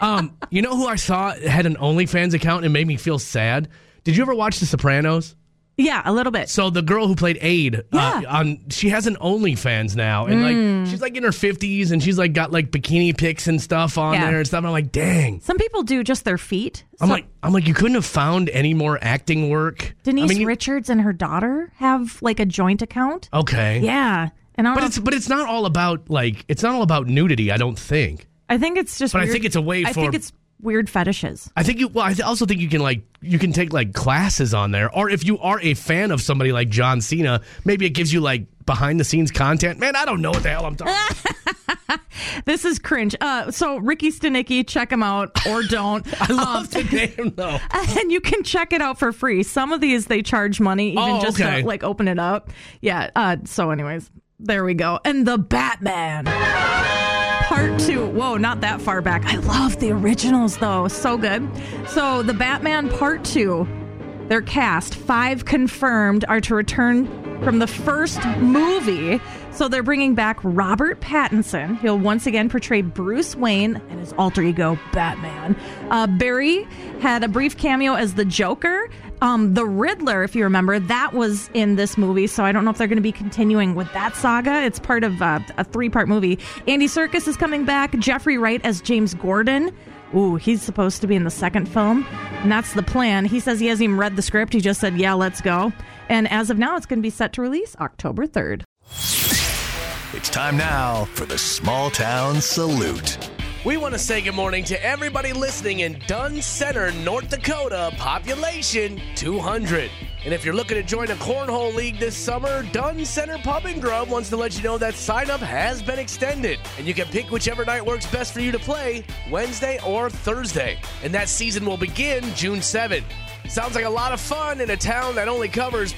Speaker 1: Um, you know who I saw had an OnlyFans account and made me feel sad? Did you ever watch The Sopranos?
Speaker 2: yeah, a little bit.
Speaker 1: So the girl who played Aid, uh,
Speaker 2: Yeah. Mm.
Speaker 1: on she has an OnlyFans now, and like she's like in her fifties, and she's like got like bikini pics and stuff on
Speaker 2: Yeah.
Speaker 1: there and stuff. And I'm like, dang.
Speaker 2: Some people do just their feet.
Speaker 1: I'm
Speaker 2: So-
Speaker 1: like, I'm like, you couldn't have found any more acting work.
Speaker 2: Denise
Speaker 1: I mean, you-
Speaker 2: Richards and her daughter have like a joint account.
Speaker 1: Okay.
Speaker 2: Yeah, and I, don't
Speaker 1: But
Speaker 2: know
Speaker 1: it's but it's not all about like it's not all about nudity. I don't think.
Speaker 2: I think it's just.
Speaker 1: but I
Speaker 2: weird-
Speaker 1: think it's a way
Speaker 2: I
Speaker 1: for-
Speaker 2: think it's weird fetishes.
Speaker 1: I think you. Well, I th- also think you can like you can take like classes on there, or if you are a fan of somebody like John Cena, maybe it gives you like behind the scenes content. Man, I don't know what the hell I'm talking. about.
Speaker 2: This is cringe. Uh, so Ricky Stenicki, check him out or don't. Um,
Speaker 1: I love the name though.
Speaker 2: and you can check it out for free. Some of these they charge money even
Speaker 1: Oh,
Speaker 2: just
Speaker 1: okay.
Speaker 2: to like open it up. Yeah. Uh, so, anyways, there we go. And the Batman part two. Whoa, not that far back. I love the originals though. So good. So the Batman part two. Their cast, five confirmed, are to return from the first movie. So they're bringing back Robert Pattinson. He'll once again portray Bruce Wayne and his alter ego, Batman. Uh, Barry had a brief cameo as the Joker. Um, the Riddler, if you remember, that was in this movie. So I don't know if they're going to be continuing with that saga. It's part of uh, a three part movie. Andy Serkis is coming back. Jeffrey Wright as James Gordon. Ooh, he's supposed to be in the second film, and that's the plan. He says he hasn't even read the script. He just said, "Yeah, let's go." And as of now, it's going to be set to release October third.
Speaker 4: It's time now for the small town salute.
Speaker 1: We want to say good morning to everybody listening in Dunn Center, North Dakota, population 200. And if you're looking to join a cornhole league this summer, Dunn Center Pub and Grub wants to let you know that sign up has been extended. And you can pick whichever night works best for you to play, Wednesday or Thursday. And that season will begin June 7th. Sounds like a lot of fun in a town that only covers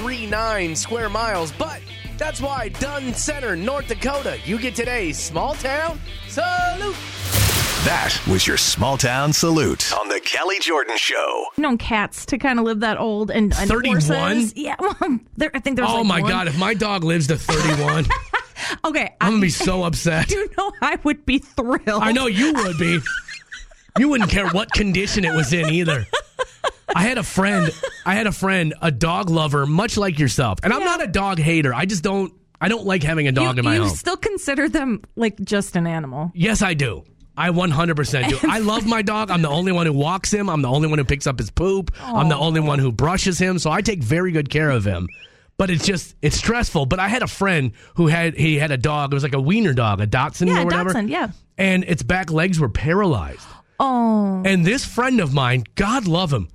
Speaker 1: 0.39 square miles, but that's why Dunn Center, North Dakota, you get today's small town salute.
Speaker 4: That was your small town salute on the Kelly Jordan Show.
Speaker 2: I've known cats to kind of live that old and, and
Speaker 1: 31?
Speaker 2: horses. Yeah, well, there, I think there's.
Speaker 1: Oh
Speaker 2: like
Speaker 1: my
Speaker 2: one-
Speaker 1: God, if my dog lives to 31,
Speaker 2: Okay,
Speaker 1: I'm
Speaker 2: I
Speaker 1: going to be so upset.
Speaker 2: do know I would be thrilled.
Speaker 1: I know you would be. You wouldn't care what condition it was in either. I had a friend, I had a friend, a dog lover, much like yourself. And I'm not a dog hater. I just don't, I don't like having a
Speaker 2: You,
Speaker 1: dog in my
Speaker 2: you
Speaker 1: home.
Speaker 2: still consider them like just an animal.
Speaker 1: Yes, I do. I 100% do. I love my dog. I'm the only one who walks him. I'm the only one who picks up his poop. I'm the only one who brushes him. So I take very good care of him. But it's just it's stressful. But I had a friend who had he had a dog. It was like a wiener dog, a Dotson
Speaker 2: Yeah,
Speaker 1: or whatever.
Speaker 2: Dachshund. Yeah.
Speaker 1: And its back legs were paralyzed.
Speaker 2: Oh,
Speaker 1: And this friend of mine, God love him.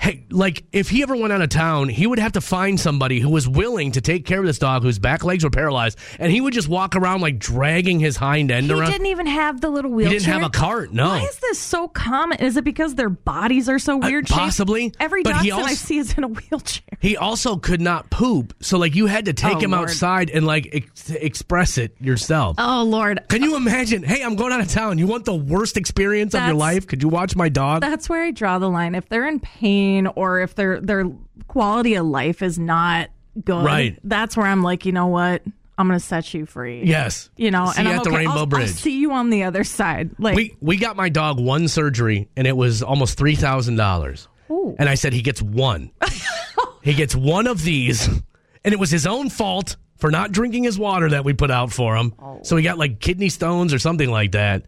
Speaker 1: Hey, like if he ever went out of town, he would have to find somebody who was willing to take care of this dog whose back legs were paralyzed, and he would just walk around like dragging his hind end
Speaker 2: he
Speaker 1: around.
Speaker 2: didn't even have the little
Speaker 1: he
Speaker 2: wheelchair.
Speaker 1: didn't have a cart, no. Uh,
Speaker 2: Why is this so common? Is it because their bodies are so weird? shaped?
Speaker 1: possibly,
Speaker 2: Every
Speaker 1: but he
Speaker 2: dachshund I
Speaker 1: also-
Speaker 2: see is in a wheelchair.
Speaker 1: He also could not poop, so like you had to take
Speaker 2: Oh,
Speaker 1: him
Speaker 2: Lord.
Speaker 1: outside and like ex- express it yourself.
Speaker 2: Oh Lord,
Speaker 1: Can you imagine? Hey, I'm going out of town. You want the worst experience of your
Speaker 2: That's-
Speaker 1: life? Could you watch my dog?
Speaker 2: that's where I draw the line. If they're in pain or if their their quality of life is not good,
Speaker 1: Right.
Speaker 2: That's where I'm like, you know what? I'm gonna set you free.
Speaker 1: yes.
Speaker 2: You know,
Speaker 1: See
Speaker 2: and
Speaker 1: you
Speaker 2: I'm
Speaker 1: at the
Speaker 2: okay,
Speaker 1: Rainbow
Speaker 2: I'll,
Speaker 1: Bridge.
Speaker 2: I'll see you on the other side. Like,
Speaker 1: we we got my dog one surgery, and it was almost three thousand dollars. And I said he gets one. he gets one of these, and it was his own fault for not drinking his water that we put out for him.
Speaker 2: Oh.
Speaker 1: So he got like kidney stones or something like that.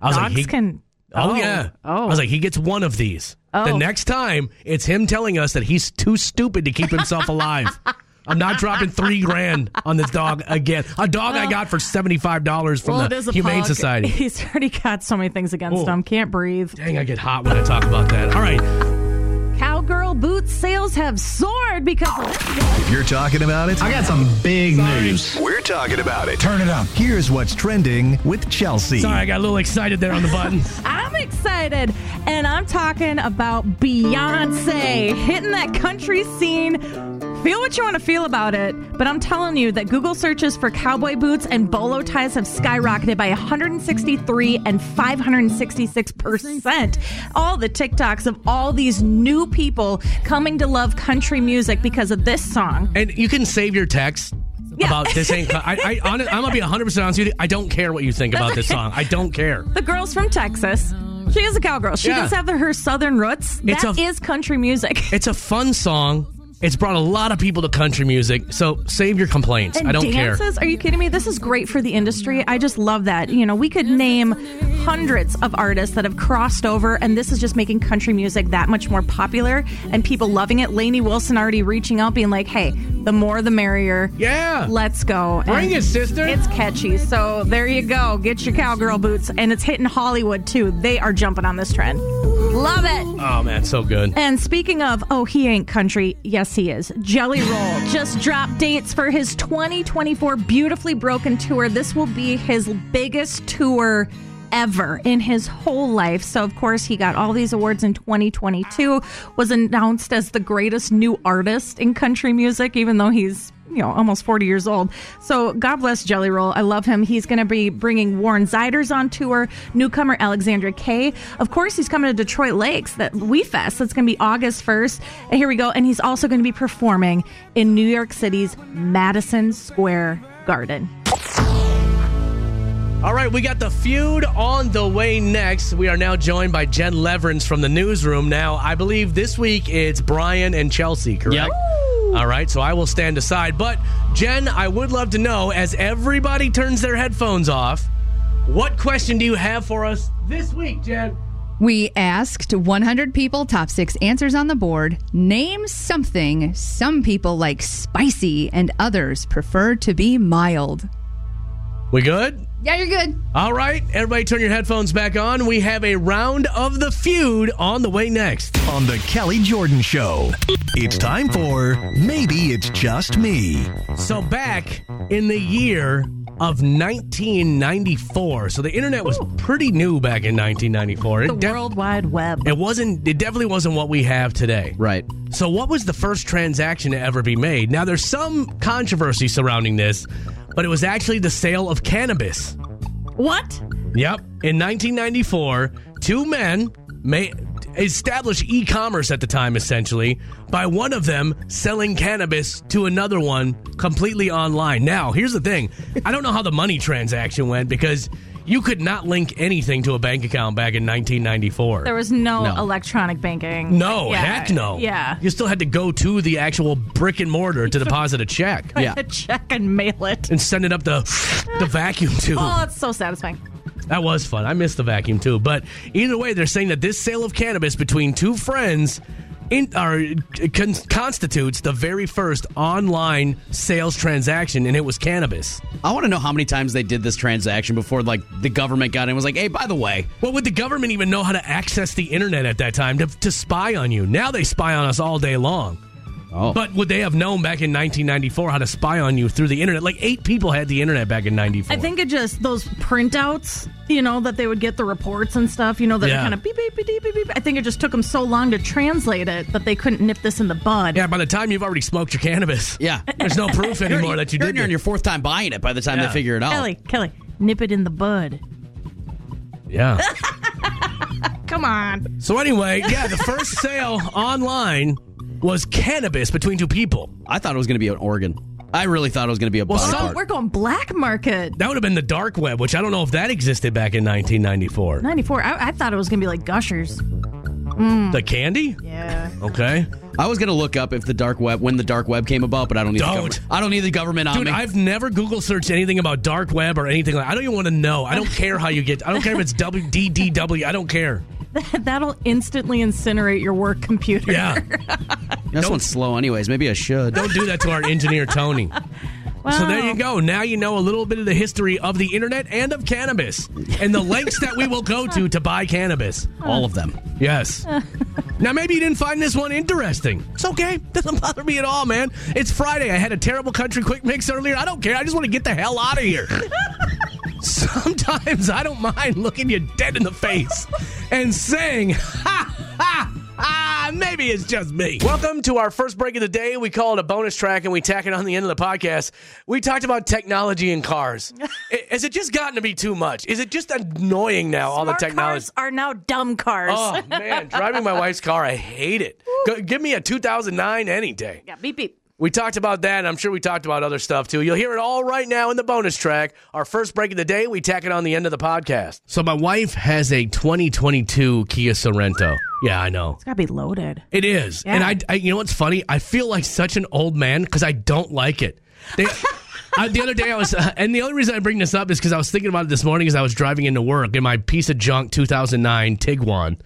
Speaker 1: I was
Speaker 2: dogs
Speaker 1: like, he,
Speaker 2: can.
Speaker 1: Oh, yeah.
Speaker 2: Oh.
Speaker 1: I was like, he gets one of these. The
Speaker 2: Oh.
Speaker 1: next time, it's him telling us that he's too stupid to keep himself alive. I'm not dropping three grand on this dog again. A dog I got for seventy five dollars from
Speaker 2: Well, it is
Speaker 1: the
Speaker 2: a
Speaker 1: Humane
Speaker 2: pug.
Speaker 1: Society.
Speaker 2: He's already got so many things against
Speaker 1: Oh.
Speaker 2: him. Can't breathe.
Speaker 1: Dang, I get hot when I talk about that. All right,
Speaker 2: Cowgirl boot sales have soared because of
Speaker 4: If you're talking about it,
Speaker 10: I got some big news.
Speaker 4: we're talking about it. Turn it up. Here's what's trending with Chelsea.
Speaker 1: sorry, I got a little excited there on the button.
Speaker 2: I'm excited, and I'm talking about Beyonce hitting that country scene. Feel what you want to feel about it, But I'm telling you that Google searches for cowboy boots and bolo ties have skyrocketed by 163 and 566 percent. All the TikToks of all these new people coming to love country music because of this song.
Speaker 1: And you can save your text
Speaker 2: Yeah.
Speaker 1: about this ain't. I, I, honest, I'm gonna be 100 percent honest with you. I don't care what you think about this song. I don't care.
Speaker 2: The girl's from Texas. She is a cowgirl. She
Speaker 1: Yeah.
Speaker 2: does have her southern roots. That
Speaker 1: It's
Speaker 2: is
Speaker 1: a-
Speaker 2: country music.
Speaker 1: It's a fun song. It's brought a lot of people to country music. So save your complaints.
Speaker 2: And
Speaker 1: I don't care.
Speaker 2: dances? Are you kidding me? This is great for the industry. I just love that. You know, we could name hundreds of artists that have crossed over, and this is just making country music that much more popular and people loving it. Lainey Wilson already reaching out, being like, "Hey, the more the merrier.
Speaker 1: Yeah.
Speaker 2: let's go.
Speaker 1: Bring
Speaker 2: And
Speaker 1: it, sister.
Speaker 2: It's catchy. So there you go. Get your cowgirl boots, and it's hitting Hollywood too. They are jumping on this trend. Love it.
Speaker 1: Oh man, so good.
Speaker 2: And speaking of, oh, he ain't country. Yes, he is. Jelly Roll just dropped dates for his 2024 Beautifully Broken tour. This will be his biggest tour ever in his whole life. So, of course, he got all these awards in 2022, was announced as the greatest new artist in country music, even though he's you know, almost 40 years old. So God bless Jelly Roll. I love him. He's going to be bringing Warren Ziders on tour, newcomer Alexandra Kay. Of course, he's coming to Detroit Lakes, that We Fest. That's going to be August 1st. And here we go. And he's also going to be performing in New York City's Madison Square Garden.
Speaker 1: All right, we got the feud on the way next. We are now joined by Jen Leverins from the newsroom. Now, I believe this week it's Brian and Chelsea, correct? All right, so I will stand aside. But, Jen, I would love to know as everybody turns their headphones off, what question do you have for us this week, Jen?
Speaker 6: We asked 100 people, top six answers on the board. Name something some people like spicy and others prefer to be mild.
Speaker 1: We good?
Speaker 6: Yeah, you're good.
Speaker 1: All right, everybody turn your headphones back on. We have a round of the feud on the way next.
Speaker 4: On the Kelly Jordan Show, it's time for Maybe It's Just Me.
Speaker 1: So back in the year of 1994, so the internet was pretty new back in 1994.
Speaker 2: The
Speaker 1: It, def-
Speaker 2: World Wide Web.
Speaker 1: it wasn't. It definitely wasn't what we have today.
Speaker 3: Right.
Speaker 1: So what was the first transaction to ever be made? Now there's some controversy surrounding this, but it was actually the sale of cannabis.
Speaker 2: What?
Speaker 1: Yep. In 1994, two men may established e-commerce at the time essentially by one of them selling cannabis to another one completely online. Now, here's the thing. I don't know how the money transaction went because you could not link anything to a bank account back in 1994.
Speaker 2: There was no,
Speaker 3: No.
Speaker 2: electronic banking.
Speaker 1: no,
Speaker 2: Yeah.
Speaker 1: heck no.
Speaker 2: Yeah.
Speaker 1: You still had to go to the actual brick and mortar to deposit a check
Speaker 3: Yeah.
Speaker 2: A check and mail it.
Speaker 1: and send it up the the vacuum tube.
Speaker 2: Oh, it's so satisfying.
Speaker 1: That was fun. I missed the vacuum too. But either way, they're saying that this sale of cannabis between two friends in, or, con- constitutes the very first online sales transaction, and it was cannabis.
Speaker 3: I want to know how many times they did this transaction before, like the government got in and was like, "Hey, by the way,
Speaker 1: Well, would the government even know how to access the internet at that time to, to spy on you? Now they spy on us all day long.
Speaker 3: Oh.
Speaker 1: But would they have known back in 1994 how to spy on you through the internet? Like eight people had the internet back in 94.
Speaker 2: I think it just those printouts, you know, that they would get the reports and stuff, you know, that
Speaker 1: Yeah.
Speaker 2: are kind of beep beep beep beep beep. beep. I think it just took them so long to translate it that they couldn't nip this in the bud.
Speaker 1: Yeah, by the time you've already smoked your cannabis,
Speaker 3: yeah."
Speaker 1: there's no proof anymore
Speaker 3: You're-
Speaker 1: that you
Speaker 3: you're
Speaker 1: did
Speaker 3: nearing
Speaker 1: it.
Speaker 3: your fourth time buying it by the time
Speaker 1: Yeah.
Speaker 3: they figure it out.
Speaker 2: Kelly, Kelly, nip it in the bud.
Speaker 1: yeah.
Speaker 2: Come on.
Speaker 1: So anyway, yeah, the first sale online was cannabis between two people.
Speaker 3: I thought it was going to be an organ. I really thought it was going to be a body
Speaker 1: some-
Speaker 2: Oh,
Speaker 3: part.
Speaker 2: we're going black market.
Speaker 1: That would have been the dark web, which I don't know if that existed back in 1994.
Speaker 2: 94. I, I thought it was going to be like Gushers. Mm.
Speaker 1: The candy?
Speaker 2: Yeah.
Speaker 1: Okay.
Speaker 3: I was going to look up if the dark web when the dark web came about, but I don't need The
Speaker 1: Don't.
Speaker 3: government. I don't need the government on
Speaker 1: Dude,
Speaker 3: me.
Speaker 1: I've never Google searched anything about dark web or anything like. I don't even want to know. I don't care how you get. I don't care if it's WDDW. I don't care.
Speaker 2: That'll instantly incinerate your work computer.
Speaker 1: Yeah.
Speaker 3: this one's slow, anyways. Maybe I should.
Speaker 1: Uh, Don't do that to our engineer Tony. So there you go. Now you know a little bit of the history of the internet and of cannabis and the lengths that we will go to to buy cannabis.
Speaker 3: All of them.
Speaker 1: Yes. now, maybe you didn't find this one interesting. It's okay. Doesn't bother me at all, man. It's Friday. I had a terrible country quick mix earlier. I don't care. I just want to get the hell out of here. Sometimes I don't mind looking you dead in the face and saying, ha, ha, ha, Maybe it's just me. Welcome to our first break of the day. We call it a bonus track and we tack it on the end of the podcast. We talked about technology in cars. I- Has it just gotten to be too much? Is it just annoying now, all the
Speaker 2: Smart
Speaker 1: technology?
Speaker 2: cars are now dumb cars.
Speaker 1: Oh, man. Driving my wife's car, I hate it. Go, give me a 2009 any day.
Speaker 2: Yeah, beep beep.
Speaker 1: We talked about that, and I'm sure we talked about other stuff too. You'll hear it all right now in the bonus track. Our first break of the day, we tack it on the end of the podcast. So, my wife has a 2022 Kia Sorrento. Yeah, I know.
Speaker 2: It's gotta be loaded.
Speaker 1: It is.
Speaker 2: Yeah.
Speaker 1: And I, I, you know what's funny? I feel like such an old man because I don't like it. They, I, the other day I was, uh, and the only reason I bring this up is because I was thinking about it this morning as I was driving into work in my piece of junk 2009 Tiguan.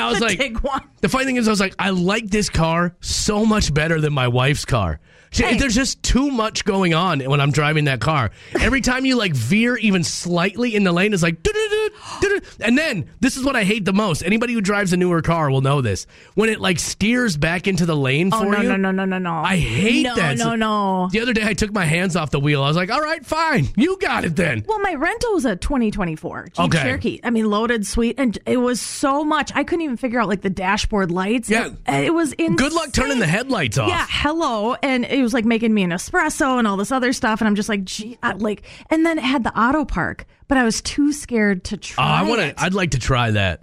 Speaker 1: I was like,
Speaker 2: Big one.
Speaker 1: the funny thing is, I was like, I like this car so much better than my wife's car. She-
Speaker 2: Hey.
Speaker 1: There's just too much going on when I'm driving that car. Every time you like veer even slightly in the lane, it's like, "Doo-doo-doo, doo-doo." and then this is what I hate the most. Anybody who drives a newer car will know this. When it like steers back into the lane
Speaker 2: Oh
Speaker 1: for
Speaker 2: no,
Speaker 1: you,
Speaker 2: no, no, no, no, no.
Speaker 1: I hate
Speaker 2: no,
Speaker 1: that.
Speaker 2: No, no,
Speaker 1: The other day, I took my hands off the wheel. I was like, all right, fine, you got it then.
Speaker 2: Well, my rental was a 2024 Jeep
Speaker 1: Okay.
Speaker 2: Cherokee. I mean, loaded, sweet, and it was so much. I couldn't even figure out like the dashboard lights.
Speaker 1: Yeah.
Speaker 2: it, it was in.
Speaker 1: Good luck turning the headlights off.
Speaker 2: Yeah, hello, and it was like making me an espresso and all this other stuff, and I'm just like, gee, I, like, and then it had the auto park, but I was too scared to
Speaker 1: Oh,
Speaker 2: try.
Speaker 1: I want
Speaker 2: it. Mm,
Speaker 1: to. I'd like to try that.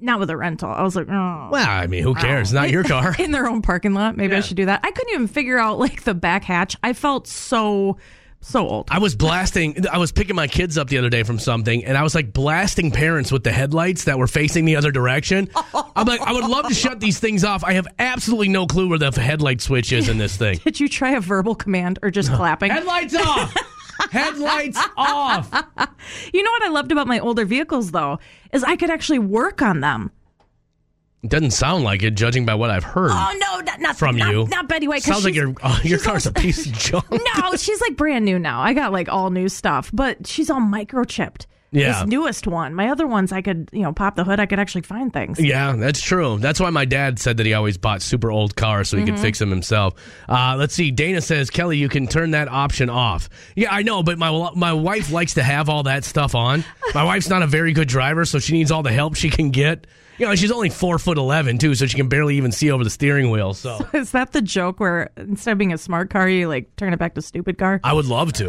Speaker 2: Not with a rental. I was like, oh.
Speaker 1: Well, I mean, who cares? Not your car.
Speaker 2: in their own parking lot. Maybe I should do that. I couldn't even figure out like the back hatch. I felt so so old.
Speaker 1: I was blasting. I was picking my kids up the other day from something, and I was like blasting parents with the headlights that were facing the other direction. I'm like, I would love to shut these things off. I have absolutely no clue where the headlight switch is in this thing.
Speaker 2: Did you try a verbal command or just clapping?
Speaker 1: Headlights off. Headlights off.
Speaker 2: You know what I loved about my older vehicles though is I could actually work on them.
Speaker 1: It doesn't sound like it, judging by what I've heard.
Speaker 2: Oh no, not, not
Speaker 1: From
Speaker 2: not-
Speaker 1: you.
Speaker 2: Not Betty White. 'cause
Speaker 1: Sounds like
Speaker 2: she's-
Speaker 1: your uh, your
Speaker 2: she's
Speaker 1: car's
Speaker 2: all-
Speaker 1: a piece of junk.
Speaker 2: no, she's like brand new now. I got like all new stuff, but she's all microchipped.
Speaker 1: Yeah.
Speaker 2: This newest one. My other ones, I could, you know, pop the hood. I could actually find things.
Speaker 1: Yeah, that's true. That's why my dad said that he always bought super old cars so he could fix them himself. Uh, let's see. Dana says, Kelly, you can turn that option off. Yeah, I know, but my my wife likes to have all that stuff on. My wife's not a very good driver, so she needs all the help she can get. You know, she's only four foot eleven too, so she can barely even see over the steering wheel. So
Speaker 2: Is that the joke where instead of being a smart car, you like turn it back to stupid car?
Speaker 1: I would love to.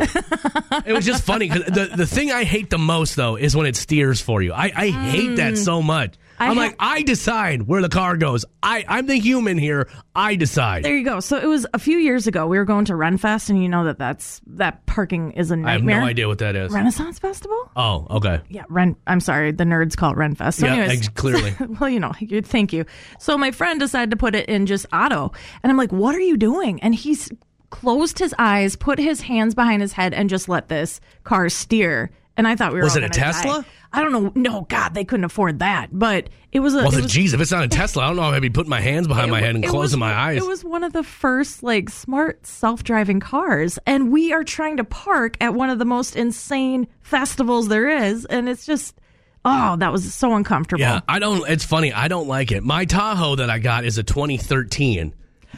Speaker 1: it was just funny 'cause the the thing I hate the most though is when it steers for you. I, I hate that so much.
Speaker 2: Mm. I
Speaker 1: I'm
Speaker 2: ha-
Speaker 1: like, I decide where the car goes. I, I'm the human here. I decide.
Speaker 2: There you go. So it was a few years ago. We were going to Renfest, and you know that that's that parking is a
Speaker 1: I have
Speaker 2: nightmare.
Speaker 1: no idea what that is.
Speaker 2: Renaissance Festival?
Speaker 1: Oh, okay.
Speaker 2: Yeah, Ren. I'm sorry, the nerds call it Renfest. So
Speaker 1: Yeah,
Speaker 2: anyways,
Speaker 1: ex- clearly.
Speaker 2: well, you know, you- thank you. So my friend decided to put it in just auto, and I'm like, "What are you doing?" And he's closed his eyes, put his hands behind his head, and just let this car steer. And I thought we were
Speaker 1: Was
Speaker 2: all
Speaker 1: it a
Speaker 2: gonna die.
Speaker 1: Tesla?
Speaker 2: I don't know. No, God, they couldn't afford that. But it was a.
Speaker 1: Well,
Speaker 2: it
Speaker 1: then,
Speaker 2: was-
Speaker 1: geez, if it's not a Tesla, I don't know if I'd be putting my hands behind
Speaker 2: It
Speaker 1: my
Speaker 2: wa-
Speaker 1: head and
Speaker 2: it
Speaker 1: closing
Speaker 2: was-
Speaker 1: my eyes.
Speaker 2: It was one of the first like smart self-driving cars, and we are trying to park at one of the most insane festivals there is, and it's just oh, that was so uncomfortable.
Speaker 1: yeah, I don't. It's funny. I don't like it. My Tahoe that I got is a 2013,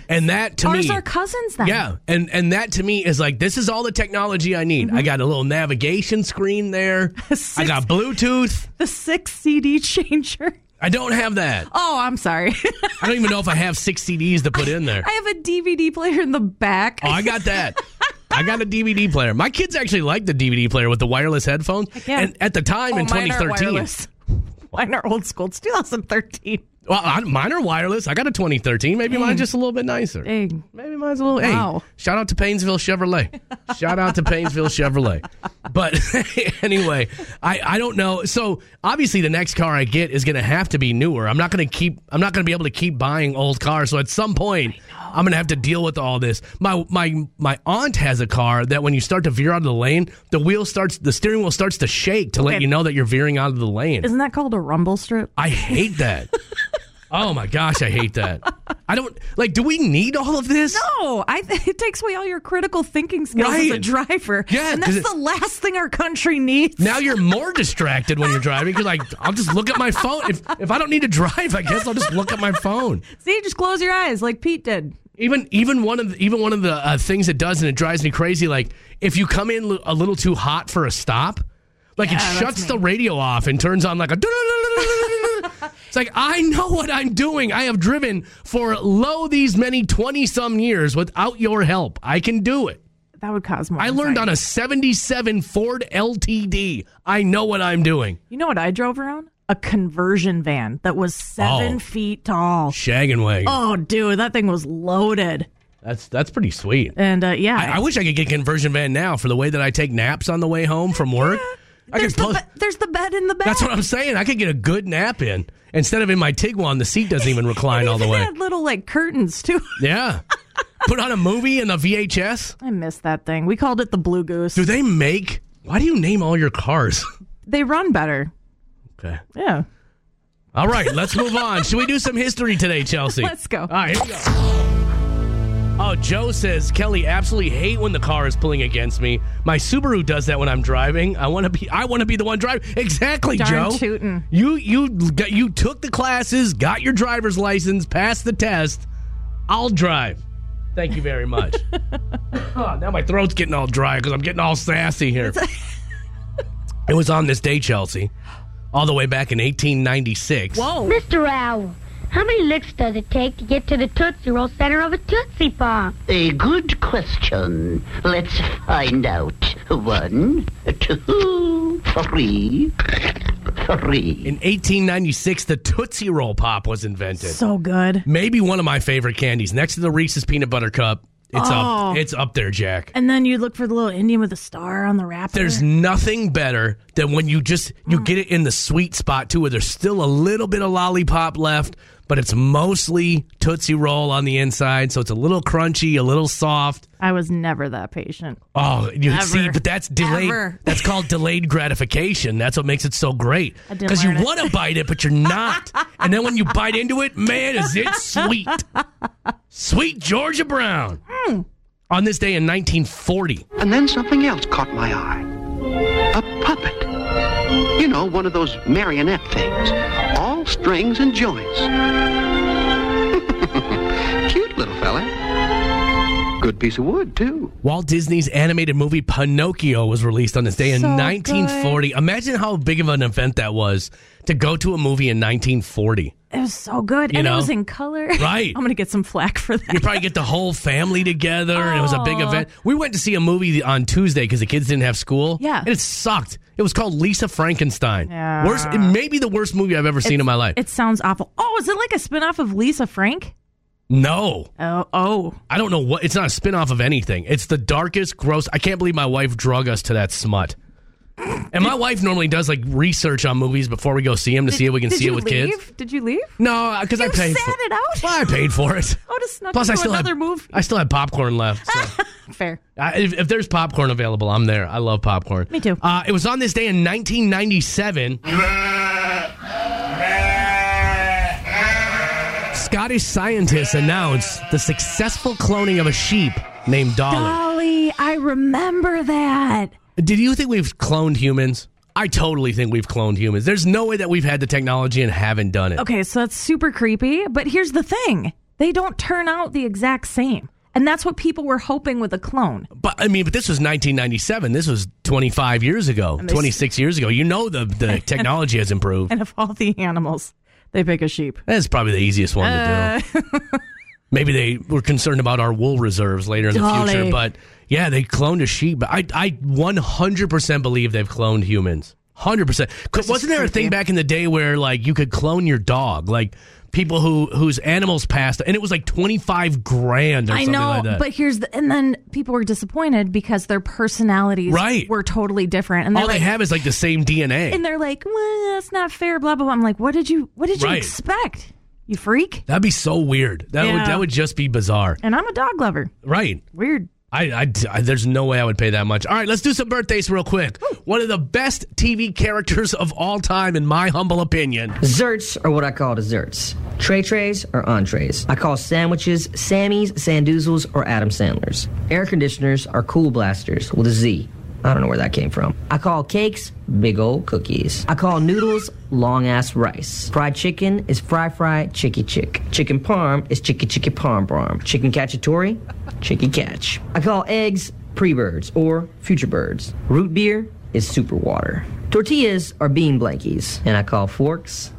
Speaker 1: and that to
Speaker 2: Ours
Speaker 1: me,
Speaker 2: are cousins then.
Speaker 1: yeah, and and that to me is like this is all the technology I need.
Speaker 2: Mm-hmm.
Speaker 1: I got a little navigation screen there. I got Bluetooth.
Speaker 2: The six CD changer.
Speaker 1: I don't have that.
Speaker 2: Oh, I'm sorry.
Speaker 1: I don't even know if I have six CDs to put in there.
Speaker 2: I have a DVD player in the back.
Speaker 1: Oh, I got that. I got a DVD player. My kids actually like the DVD player with the wireless headphones.
Speaker 2: yeah.
Speaker 1: And at the time
Speaker 2: Oh,
Speaker 1: in
Speaker 2: mine aren't
Speaker 1: 2013,
Speaker 2: wireless. Mine are old school. It's 2013.
Speaker 1: Well, I, mine are wireless. I got a 2013. Maybe mine's just a little bit nicer.
Speaker 2: Dang.
Speaker 1: Maybe mine's a little. Hey,
Speaker 2: Wow.
Speaker 1: shout out to Painesville Chevrolet. shout out to Painesville Chevrolet. But anyway, I, I don't know. So obviously, the next car I get is going to have to be newer. I'm not going to keep. I'm not going to be able to keep buying old cars. So at some point, I'm going to have to deal with all this. My my my aunt has a car that when you start to veer out of the lane, the wheel starts. The steering wheel starts to shake to let
Speaker 2: Okay.
Speaker 1: you know that you're veering out of the lane.
Speaker 2: Isn't that called a rumble strip?
Speaker 1: I hate that. oh my gosh, I hate that. I don't like. Do we need all of this?
Speaker 2: No, I, it takes away all your critical thinking skills as a
Speaker 1: Right.
Speaker 2: driver.
Speaker 1: Yeah,
Speaker 2: and
Speaker 1: 'cause
Speaker 2: that's
Speaker 1: it-
Speaker 2: the last thing our country needs.
Speaker 1: Now you're more distracted when you're driving because like I'll just look at my phone. If if I don't need to drive, I guess I'll just look at my phone.
Speaker 2: See, just close your eyes like Pete did.
Speaker 1: Even even one of the, even one of the uh, things it does and it drives me crazy. Like if you come in l- a little too hot for a stop, like it
Speaker 2: that's
Speaker 1: shuts
Speaker 2: me.
Speaker 1: the radio off and turns on like a. It's like, I know what I'm doing. I have driven for low these many 20 some years without your help. I can do it.
Speaker 2: That would cause more.
Speaker 1: I learned on
Speaker 2: anxiety.
Speaker 1: a 77 Ford LTD. I know what I'm doing.
Speaker 2: You know what I drove around? A conversion van that was seven
Speaker 1: Oh.
Speaker 2: feet tall.
Speaker 1: Shaggin' wagon.
Speaker 2: Oh, dude, that thing was loaded.
Speaker 1: That's that's pretty sweet.
Speaker 2: And uh, yeah,
Speaker 1: I, I wish I could get a conversion van now for the way that I take naps on the way home from work. I could
Speaker 2: there's, the
Speaker 1: post-
Speaker 2: be- there's the bed in the back.
Speaker 1: That's what I'm saying. I could get a good nap in instead of in my Tiguan. The seat doesn't even recline all the
Speaker 2: They
Speaker 1: way.
Speaker 2: had little like curtains too.
Speaker 1: Yeah. Put on a movie in the VHS.
Speaker 2: I miss that thing. We called it the Blue Goose.
Speaker 1: Do they make? Why do you name all your cars?
Speaker 2: They run better.
Speaker 1: Okay.
Speaker 2: Yeah.
Speaker 1: All right, let's move on. Should we do some history today, Chelsea?
Speaker 2: Let's go.
Speaker 1: All right. Here we go. Oh, Joe says Kelly absolutely hate when the car is pulling against me. My Subaru does that when I'm driving. I want to be I want to be the one driving. Exactly,
Speaker 2: Darn
Speaker 1: Joe.
Speaker 2: tootin'.
Speaker 1: You you got, you took the classes, got your driver's license, passed the test. I'll drive. Thank you very much. oh, now my throat's getting all dry because I'm getting all sassy here. it was on this day, Chelsea, all the way back in 1896.
Speaker 2: Whoa.
Speaker 11: Mr. Owl, how many licks does it take to get to the Tootsie Roll center of a Tootsie Pop?
Speaker 12: A good question. Let's find out. One, two, three, three.
Speaker 1: In 1896, the Tootsie Roll Pop was invented.
Speaker 2: So good.
Speaker 1: Maybe one of my favorite candies. Next to the Reese's Peanut Butter Cup, it's
Speaker 2: Oh.
Speaker 1: up. It's up there, Jack.
Speaker 2: And then you look for the little Indian with a star on the wrapper.
Speaker 1: There's nothing better than when you just you
Speaker 2: Mm.
Speaker 1: get it in the sweet spot too, where there's still a little bit of lollipop left, but it's mostly Tootsie Roll on the inside, so it's a little crunchy, a little soft.
Speaker 2: I was never that patient.
Speaker 1: Oh, you
Speaker 2: Ever.
Speaker 1: see, but that's delayed.
Speaker 2: Ever.
Speaker 1: That's called delayed gratification. That's what makes it so great.
Speaker 2: I didn't
Speaker 1: you
Speaker 2: learn it.
Speaker 1: want to bite it, but you're not. and then when you bite into it, man, is it sweet. Sweet Georgia Brown.
Speaker 2: Hmm.
Speaker 1: On this day in 1940.
Speaker 12: And then something else caught my eye. A puppet. You know, one of those marionette things. All strings and joints. Cute little fella. Good piece of wood, too.
Speaker 1: Walt Disney's animated movie Pinocchio was released on this day in
Speaker 2: So
Speaker 1: 1940. Imagine how big of an event that was to go to a movie in 1940.
Speaker 2: It was so good.
Speaker 1: You
Speaker 2: and
Speaker 1: know?
Speaker 2: it was in color.
Speaker 1: Right.
Speaker 2: I'm going to get some flack for that.
Speaker 1: You probably get the whole family together. and It was a big
Speaker 2: Aw.
Speaker 1: event. We went to see a movie on Tuesday because the kids didn't have school.
Speaker 2: Yeah.
Speaker 1: And it sucked. It was called Lisa Frankenstein.
Speaker 2: Yeah.
Speaker 1: Worst, it may be the worst movie I've ever seen in my life.
Speaker 2: It sounds awful. Oh, is it like a spinoff of Lisa Frank?
Speaker 1: No.
Speaker 2: Oh, oh.
Speaker 1: I don't know what. It's not a spinoff of anything. It's the darkest, gross. I can't believe my wife drug us to that smut. And my wife normally does like research on movies before we go see them to see if we can
Speaker 2: Did
Speaker 1: see
Speaker 2: you
Speaker 1: it with
Speaker 2: leave?
Speaker 1: kids.
Speaker 2: Did you leave?
Speaker 1: No, because I
Speaker 2: You
Speaker 1: paid
Speaker 2: sat
Speaker 1: for
Speaker 2: it out?
Speaker 1: Well, I paid for it.
Speaker 2: Oh, to snuck
Speaker 1: Plus,
Speaker 2: into
Speaker 1: I still
Speaker 2: another
Speaker 1: have
Speaker 2: movie.
Speaker 1: I still had popcorn left. So.
Speaker 2: Fair.
Speaker 1: I, if, if there's popcorn available, I'm there. I love popcorn.
Speaker 2: Me too.
Speaker 1: Uh, it was on this day in 1997. Scottish scientists announced the successful cloning of a sheep named Dolly.
Speaker 2: Dolly, I remember that.
Speaker 1: Did you think we've cloned humans? I totally think we've cloned humans. There's no way that we've had the technology and haven't done it.
Speaker 2: Okay, so that's super creepy, but here's the thing. They don't turn out the exact same. And that's what people were hoping with a clone.
Speaker 1: But I mean, but this was 1997. This was 25 years ago, 26 years ago. You know the the technology has improved.
Speaker 2: And of all the animals, they pick a sheep.
Speaker 1: That's probably the easiest one
Speaker 2: uh,
Speaker 1: to do. Maybe they were concerned about our wool reserves later in the future,
Speaker 2: Dolly.
Speaker 1: but yeah, they cloned a sheep. But I, I 100% believe they've cloned humans. 100%. 'Cause Wasn't there a thing back in the day where like you could clone your dog? Like people who whose animals passed and it was like 25 grand or
Speaker 2: I
Speaker 1: something
Speaker 2: know,
Speaker 1: like that.
Speaker 2: but here's the, and then people were disappointed because their personalities
Speaker 1: Right.
Speaker 2: were totally different. And they're
Speaker 1: all they
Speaker 2: like,
Speaker 1: have is like the same DNA.
Speaker 2: and they're like, well, that's not fair, blah blah blah. I'm like, what did you what did you
Speaker 1: Right.
Speaker 2: expect? You freak?
Speaker 1: That'd be so weird. That would
Speaker 2: Yeah.
Speaker 1: that would just be bizarre.
Speaker 2: And I'm a dog lover.
Speaker 1: Right.
Speaker 2: Weird.
Speaker 1: I, I, I- there's no way I would pay that much. All right, let's do some birthdays real quick. One of the best TV characters of all time, in my humble opinion.
Speaker 13: Desserts are what I call desserts. Tray trays are entrees. I call sandwiches Sammy's, Sandoozles, or Adam Sandler's. Air conditioners are cool blasters with a Z. I don't know where that came from. I call cakes big old cookies. I call noodles long ass rice. Fried chicken is fry fry chicky chick. Chicken parm is chicky chicky parm parm. Chicken cacciatore, chicky catch. I call eggs pre birds or future birds. Root beer is super water. Tortillas are bean blankies, and I call forks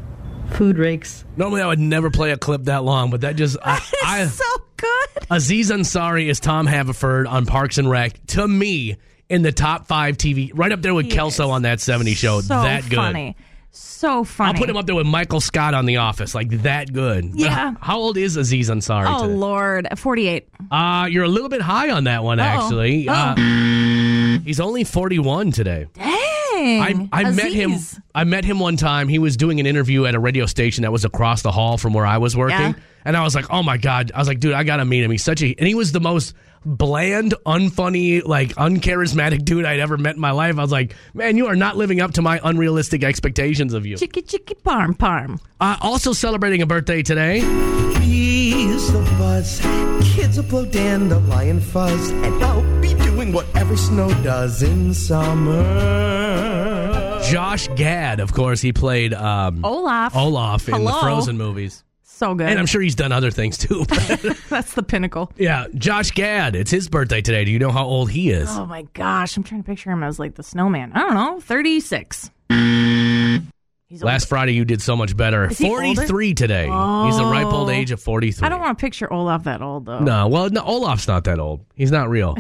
Speaker 14: Food rakes.
Speaker 1: Normally, I would never play a clip that long, but that just I, I,
Speaker 2: so good.
Speaker 1: Aziz Ansari is Tom Haverford on Parks and Rec. To me, in the top five TV, right up there with
Speaker 2: He
Speaker 1: Kelso on that '70 show.
Speaker 2: So
Speaker 1: that good.
Speaker 2: funny. So funny.
Speaker 1: I'll put him up there with Michael Scott on The Office. Like that good.
Speaker 2: Yeah.
Speaker 1: How old is Aziz Ansari?
Speaker 2: Oh
Speaker 1: today?
Speaker 2: Lord, forty-eight.
Speaker 1: Uh, you're a little bit high on that one,
Speaker 2: Uh-oh.
Speaker 1: actually.
Speaker 2: Oh.
Speaker 1: Uh, he's only 41 today. I,
Speaker 2: Dang.
Speaker 1: I met him.
Speaker 2: Aziz.
Speaker 1: I met him one time. He was doing an interview at a radio station that was across the hall from where I was working,
Speaker 2: Yeah.
Speaker 1: and I was like, "Oh my god!" I was like, "Dude, I gotta meet him. He's such a..." And he was the most bland, unfunny, like uncharismatic dude I'd ever met in my life. I was like, "Man, you are not living up to my unrealistic expectations of you."
Speaker 2: Chicky chicky parm parm.
Speaker 1: Uh, also celebrating a birthday today.
Speaker 8: Bees the buzz, kids will blow dandelion fuzz, and I'll be doing whatever snow does in summer.
Speaker 1: Josh Gad, of course, he played um,
Speaker 2: Olaf.
Speaker 1: Olaf in the
Speaker 2: Hello.
Speaker 1: Frozen movies.
Speaker 2: So good.
Speaker 1: And I'm sure he's done other things too.
Speaker 2: that's the pinnacle.
Speaker 1: yeah, Josh Gad, it's his birthday today. Do you know how old he is?
Speaker 2: Oh my gosh, I'm trying to picture him as like the snowman. I don't know, thirty-six.
Speaker 1: Last Friday you did so much better.
Speaker 2: Is he older?
Speaker 1: 43 today. He's a ripe old
Speaker 2: Oh.
Speaker 1: age of 43.
Speaker 2: I don't want to picture Olaf that old though.
Speaker 1: No, well, no, Olaf's not that old. He's not real.